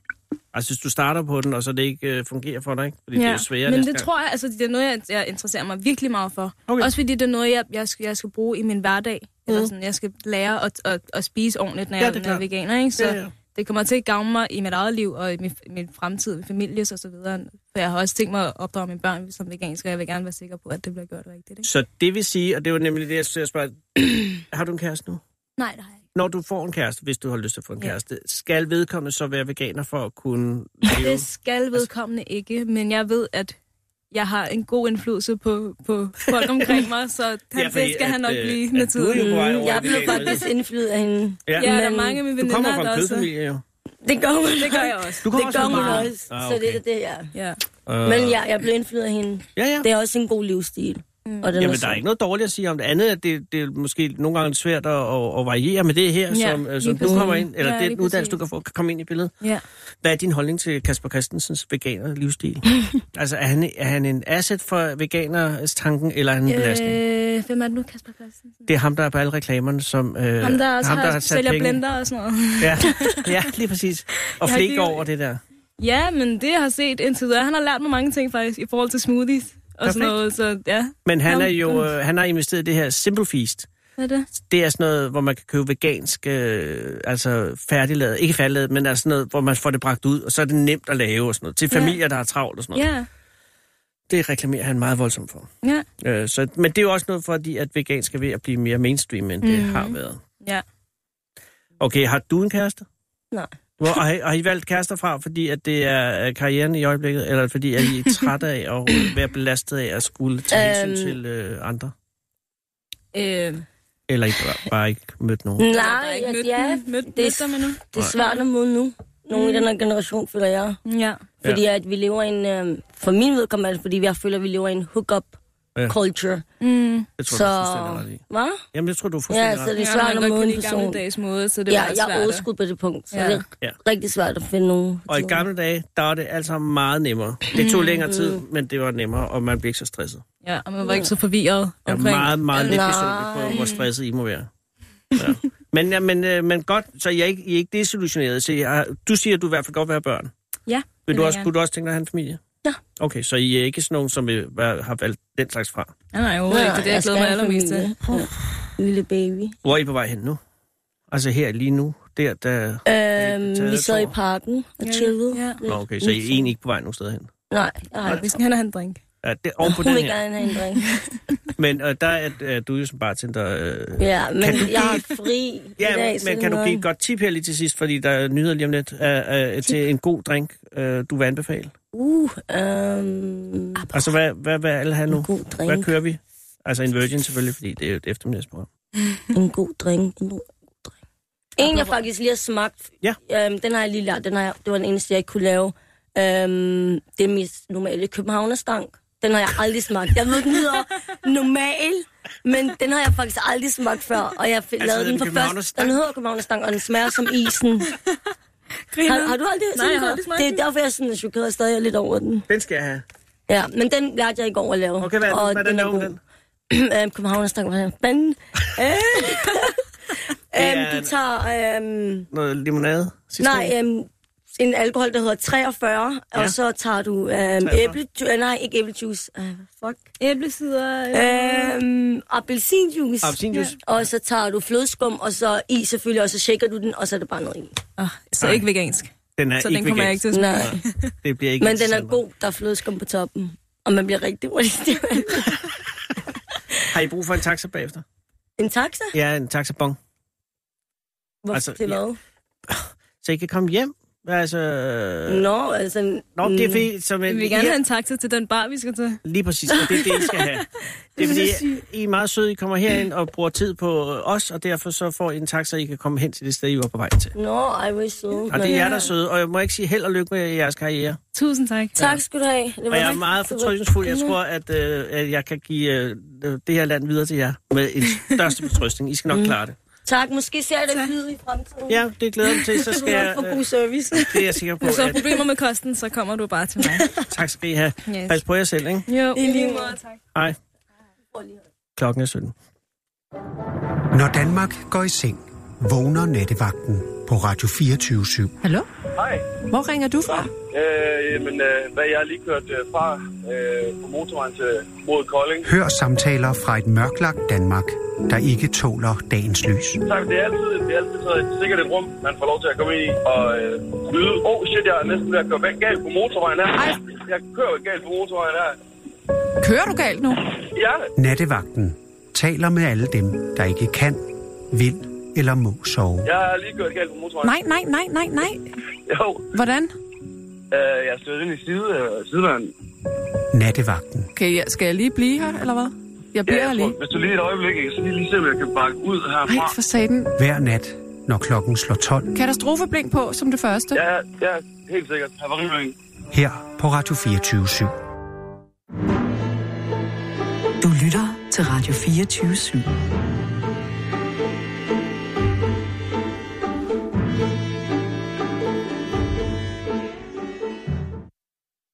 Speaker 2: Altså hvis du starter på den, og så det ikke øh, fungerer for dig, ikke? Fordi ja. det er jo sværere
Speaker 8: Men
Speaker 2: næste
Speaker 8: det
Speaker 2: gang.
Speaker 8: tror jeg, altså det er noget, jeg, jeg interesserer mig virkelig meget for.
Speaker 2: Okay.
Speaker 8: Okay. Også fordi det er noget, jeg, jeg, skal, jeg skal bruge i min hverdag. Mm. Eller sådan, jeg skal lære at, at, at spise ordentligt, når
Speaker 2: Ja,
Speaker 8: ja,
Speaker 2: det er
Speaker 8: jeg når jeg er
Speaker 2: klart.
Speaker 8: veganer, ikke? Så
Speaker 2: Ja, ja.
Speaker 8: det kommer til at gavne mig i mit eget liv og i min, min fremtid, min familie og så videre. For jeg har også tænkt mig at opdrage mine børn som vegansk, og jeg vil gerne være sikker på, at det bliver gjort rigtigt, ikke?
Speaker 2: Så det vil sige, og det var nemlig det, jeg skulle til at spørge, har du en kæreste nu?
Speaker 8: Nej, det har jeg ikke.
Speaker 2: Når du får en kæreste, hvis du har lyst til at få en
Speaker 8: Ja.
Speaker 2: kæreste, skal vedkommende så være veganer for at kunne leve?
Speaker 8: Det skal vedkommende ikke, men jeg ved, at jeg har en god indflydelse på, på folk omkring mig, så han,
Speaker 2: fordi
Speaker 8: det skal
Speaker 2: at,
Speaker 8: han nok
Speaker 2: øh,
Speaker 8: blive
Speaker 2: at
Speaker 8: med
Speaker 2: du er jo
Speaker 8: tiden.
Speaker 2: på vej over
Speaker 7: Mm,
Speaker 2: i
Speaker 7: Jeg
Speaker 2: det
Speaker 7: blev
Speaker 2: veganer.
Speaker 7: faktisk indflyet af hende.
Speaker 2: Ja.
Speaker 8: Ja, ja der er
Speaker 7: Men
Speaker 8: mange af mine
Speaker 2: Du kommer
Speaker 8: veninder,
Speaker 2: fra
Speaker 8: der
Speaker 2: en
Speaker 8: også...
Speaker 2: kødfamilie, jo.
Speaker 7: Det gør hun.
Speaker 8: Det gør jeg også.
Speaker 2: Du kommer
Speaker 7: Det
Speaker 2: også
Speaker 7: gør
Speaker 2: fra
Speaker 7: hun
Speaker 2: Maren.
Speaker 7: også.
Speaker 2: Ah,
Speaker 7: Så det
Speaker 2: okay.
Speaker 7: er det her.
Speaker 8: Ja.
Speaker 2: Øh,
Speaker 7: Men ja, jeg blev indflyet af hende.
Speaker 2: ja, ja.
Speaker 7: Det er også en god livsstil.
Speaker 8: Mm.
Speaker 7: Og den
Speaker 2: Jamen,
Speaker 7: er
Speaker 2: der er
Speaker 7: sund.
Speaker 2: ikke noget dårligt at sige om det andet. at Det, det er måske nogle gange svært at, at, at variere med det her,
Speaker 8: Ja,
Speaker 2: som, øh,
Speaker 8: lige
Speaker 2: som du
Speaker 8: præcis.
Speaker 2: kommer ind, eller
Speaker 8: Ja,
Speaker 2: ja, den
Speaker 8: lige
Speaker 2: uddannelse,
Speaker 8: præcis.
Speaker 2: du kan få, kan komme ind i billedet.
Speaker 8: ja.
Speaker 2: Hvad er din holdning til Kasper Christensens veganer livsstil? altså, er han, er han en asset for veganers tanken, eller er han en belastning?
Speaker 8: Øh, hvem er det nu, Kasper Christensen?
Speaker 2: Det er ham, der er på alle reklamerne, som... Øh,
Speaker 8: Ham, der også ham, der har,
Speaker 2: sat
Speaker 8: sælger
Speaker 2: penge-
Speaker 8: blender og sådan noget.
Speaker 2: Ja, ja, lige præcis. Og
Speaker 8: Jeg har
Speaker 2: flik
Speaker 8: lige-
Speaker 2: over det der.
Speaker 8: Ja, men det jeg har set indtil videre. Han har lært mig mange ting faktisk i forhold til smoothies og
Speaker 2: Perfekt.
Speaker 8: sådan noget. Så ja,
Speaker 2: Men han
Speaker 8: Nå,
Speaker 2: er jo,
Speaker 8: godt.
Speaker 2: øh, han har investeret i det her Simple Feast.
Speaker 8: hvad er det?
Speaker 2: Det er sådan noget, hvor man kan købe vegansk, øh, altså færdiglavet, ikke færdiglavet, men altså sådan noget, hvor man får det bragt ud, og så er det nemt at lave og sådan noget. Til
Speaker 8: Ja.
Speaker 2: familier, der har travlt og sådan noget.
Speaker 8: Ja,
Speaker 2: Det reklamerer han meget voldsomt for.
Speaker 8: ja,
Speaker 2: Øh, så, men det er jo også noget fordi, at vegansk er ved at blive mere mainstream, end det mm.
Speaker 8: Mhm.
Speaker 2: har været.
Speaker 8: ja.
Speaker 2: Okay, har du en kæreste?
Speaker 7: Nej.
Speaker 2: Hvor, har, I- har I valgt kærester fra, fordi at det er øh, karrieren i øjeblikket, eller fordi at I er trætte af at være belastet af at skulle tage hensyn
Speaker 7: Øhm.
Speaker 2: til øh, andre?
Speaker 8: Øh,
Speaker 2: Eller I bare, bare ikke mødt nogen?
Speaker 7: Nej,
Speaker 8: der er
Speaker 7: ja,
Speaker 8: ikke mødt,
Speaker 7: ja,
Speaker 8: mødt, Mm. mødt,
Speaker 7: det-
Speaker 8: mødt dem endnu.
Speaker 7: det er svært at møde nu. Nogle i den her generation, føler jeg.
Speaker 8: Ja.
Speaker 7: Fordi at vi lever i en, øh, for min vedkommende, er det, fordi jeg føler, at vi lever i en hook-up
Speaker 2: Ja.
Speaker 7: culture.
Speaker 8: Mm.
Speaker 2: Jeg tror, så... du
Speaker 7: så...
Speaker 2: er fuldstændig ret i.
Speaker 7: Hvad?
Speaker 2: Jamen, jeg tror, du er
Speaker 7: Ja,
Speaker 2: fuldstændig ja,
Speaker 7: så det er
Speaker 2: ret i.
Speaker 7: det svært at møde en
Speaker 8: i gamle
Speaker 7: person.
Speaker 8: dags måde, så det
Speaker 7: Ja,
Speaker 8: var
Speaker 7: jeg er
Speaker 8: svært.
Speaker 7: overskud på det punkt, så
Speaker 8: Ja.
Speaker 7: det er
Speaker 2: Ja.
Speaker 7: rigtig svært at finde nogen.
Speaker 2: Og i gamle dage, der var det alt sammen meget nemmere. Det tog længere tid, men det var nemmere, og man blev ikke så stresset.
Speaker 8: Ja, og man var ikke så forvirret
Speaker 2: Jeg er
Speaker 8: omkring.
Speaker 2: meget, meget lidt
Speaker 7: Nej.
Speaker 2: personligt på, hvor stresset I må være. Ja. Men, ja, men, øh, men godt, så jeg er ikke, I er ikke desillusioneret. Så jeg, har- du siger, at du i hvert fald godt vil have børn.
Speaker 8: Ja,
Speaker 2: Vil
Speaker 8: det
Speaker 2: du
Speaker 8: vil
Speaker 2: også,
Speaker 8: jeg.
Speaker 2: kunne du også tænke dig at have en familie?
Speaker 7: Ja.
Speaker 2: Okay, så I er ikke sådan nogen, som vil, være- har valgt den slags fra.
Speaker 8: Nej, nej, overhovedet ikke. Det er det, jeg glæder mig allermest til.
Speaker 7: Lille baby.
Speaker 2: Hvor er I på vej hen nu? Altså her lige nu, der, der...
Speaker 7: Øhm, vi
Speaker 2: taget,
Speaker 7: sad i
Speaker 2: tror jeg.
Speaker 7: parken og
Speaker 8: Ja,
Speaker 7: chillede.
Speaker 8: ja.
Speaker 2: Nå, okay, så I er egentlig ikke på vej nogen sted hen.
Speaker 7: Nej, jeg har
Speaker 8: Nej,
Speaker 7: ikke.
Speaker 8: vi skal hen og have en drink.
Speaker 2: Ja, det, oven på
Speaker 7: Hun
Speaker 2: den
Speaker 7: vil
Speaker 2: her.
Speaker 7: gerne have en drink.
Speaker 2: Men øh, der er øh, du er jo som bartender... Øh,
Speaker 7: Ja, men
Speaker 2: du
Speaker 7: jeg har fri i
Speaker 2: Ja,
Speaker 7: dag,
Speaker 2: men,
Speaker 7: så
Speaker 2: men
Speaker 7: det
Speaker 2: kan du
Speaker 7: er noget.
Speaker 2: give et godt tip her lige til sidst, fordi der er nyheder lige om lidt, øh, øh, til en god drink, øh, du vil anbefale?
Speaker 7: Uh, øhm,
Speaker 2: Altså, hvad, hvad vil alle have nu?
Speaker 7: en god
Speaker 2: Hvad
Speaker 7: drink.
Speaker 2: kører vi? Altså en virgin selvfølgelig, fordi det er jo et eftermiddagsprogram.
Speaker 7: En god drink. En god drink. En, jeg faktisk lige har smagt.
Speaker 2: Ja.
Speaker 7: Øhm, den har jeg lige lært. Den har jeg, det var den eneste, jeg ikke kunne lave. Øhm, det er min normale københavnerstank. Den har jeg aldrig smagt. Jeg ved, den hedder normal, men den har jeg faktisk aldrig smagt før. Og jeg altså, lavede
Speaker 2: den
Speaker 7: den for først.
Speaker 2: københavnerstank?
Speaker 7: Den hedder københavnerstank, og den smager som isen. Har, har du aldrig
Speaker 8: Nej, jeg har
Speaker 7: den?
Speaker 8: aldrig smagt
Speaker 7: Det er
Speaker 8: den.
Speaker 7: derfor, jeg er sådan er chokeret stadig er lidt over den.
Speaker 2: Den skal jeg
Speaker 7: Øhm,
Speaker 2: have.
Speaker 7: Ja, men den lærte jeg i går at lave.
Speaker 2: Okay, hvad,
Speaker 7: og
Speaker 2: hvad er den lavet
Speaker 7: god.
Speaker 2: med den?
Speaker 7: øhm, Københavnerstank, hvordan fanden? Øh,
Speaker 2: er
Speaker 7: øhm,
Speaker 2: en-
Speaker 7: de tager øhm,
Speaker 2: Noget limonade? Citron?
Speaker 7: nej, øhm, en alkohol, der hedder 43, ja. og så tager du øhm,
Speaker 2: 43.
Speaker 7: æblejuice, nej, ikke æblejuice, øh, fuck,
Speaker 8: Æblesider.
Speaker 7: øhm, appelsinjuice,
Speaker 2: Appelsinjuice?
Speaker 7: og så tager du flødeskum, og så i selvfølgelig, og så shaker du den, og så er det bare noget i.
Speaker 8: Oh, så
Speaker 2: Nej.
Speaker 8: ikke vegansk.
Speaker 2: Den er
Speaker 8: Så
Speaker 2: ikke
Speaker 8: den kommer jeg ikke
Speaker 2: vegansk.
Speaker 8: til at smage.
Speaker 7: Nej,
Speaker 2: Det bliver ikke
Speaker 7: men den er
Speaker 2: interessant.
Speaker 7: god, der er flødeskum på toppen, og man bliver rigtig hurtigt.
Speaker 2: Har I brug for en taxa bagefter?
Speaker 7: en taxa?
Speaker 2: Ja, en taxabon.
Speaker 7: Hvor,
Speaker 2: Altså,
Speaker 7: altså, til
Speaker 2: ja.
Speaker 7: hvad?
Speaker 2: Så I kan komme hjem? Altså...
Speaker 7: Nå, altså...
Speaker 2: Nå, det er
Speaker 7: mm,
Speaker 2: fordi, som
Speaker 8: Vi
Speaker 2: en,
Speaker 8: vil gerne have en taxa til den bar, vi skal til.
Speaker 2: Lige præcis, og det er det, I skal have. Det er
Speaker 8: Det er så
Speaker 2: fordi, I er meget søde, I kommer herind og bruger tid på øh, os, og derfor så får I en taxa, I kan komme hen til det sted, I var på vej til.
Speaker 7: Nå, I was so. øh,
Speaker 2: Og det er jer, der er søde, og jeg må ikke sige held og lykke med jeres karriere.
Speaker 8: Tusind tak.
Speaker 7: Tak skal du have. Det var
Speaker 2: Og jeg er
Speaker 7: rigtig
Speaker 2: meget
Speaker 7: sødt.
Speaker 2: fortrøstningsfuld. Jeg tror, at, øh, at jeg kan give øh, det her land videre til jer med en største betrøstning. I skal
Speaker 7: Mm.
Speaker 2: nok klare det.
Speaker 7: Tak, måske ser jeg det lyde i fremtiden.
Speaker 2: Ja, det glæder jeg mig til. Så skal jeg...
Speaker 7: For
Speaker 2: Øh,
Speaker 7: god service.
Speaker 2: det er jeg sikker på.
Speaker 8: Hvis du har
Speaker 2: At,
Speaker 8: problemer med kosten, så kommer du bare til mig.
Speaker 2: tak skal I have.
Speaker 8: Yes.
Speaker 2: Pas på jer selv, ikke?
Speaker 8: Jo,
Speaker 7: I lige måde,
Speaker 8: tak.
Speaker 2: Hej. Klokken er 17.
Speaker 1: Når Danmark går i seng, vågner nattevagten på Radio 24 /7.
Speaker 9: Hallo?
Speaker 3: Hej.
Speaker 9: Hvor ringer du fra?
Speaker 3: Øh, jamen, øh, hvad jeg har lige kørt øh, fra øh, på motorvejen til mod Kolding.
Speaker 1: Hør samtaler fra et mørklagt Danmark, der ikke tåler dagens lys.
Speaker 3: Tak, det er altid, det er altid så et sikkert et rum, man får lov til at komme ind i og øh, lyde. Åh, oh, shit, jeg er næsten ved at køre væk- galt på motorvejen her.
Speaker 9: Ej.
Speaker 3: Jeg kører galt på motorvejen her.
Speaker 9: Kører du galt nu?
Speaker 3: Ja,
Speaker 1: Nattevagten taler med alle dem, der ikke kan, vil eller må sove.
Speaker 3: Jeg har lige kørt galt på motorvejen.
Speaker 8: Nej, nej, nej, nej, nej.
Speaker 3: Jo,
Speaker 8: Hvordan?
Speaker 3: øh, jeg stod ind i side, øh, sideværden.
Speaker 1: Nattevagten.
Speaker 8: Okay, ja, skal jeg lige blive her, eller hvad? Jeg
Speaker 3: Ja,
Speaker 8: bliver her
Speaker 3: jeg
Speaker 8: lige.
Speaker 3: tror, hvis du lige et øjeblik, ikke, så lige, lige se, om jeg kan bakke ud herfra.
Speaker 8: Nej, for satan.
Speaker 1: Hver nat, når klokken slår 12,
Speaker 8: Katastrofeblink på som det første.
Speaker 3: Ja, ja, helt sikkert. Havariøring.
Speaker 1: her på Radio 24 /7.
Speaker 10: Du lytter til Radio 24 /7.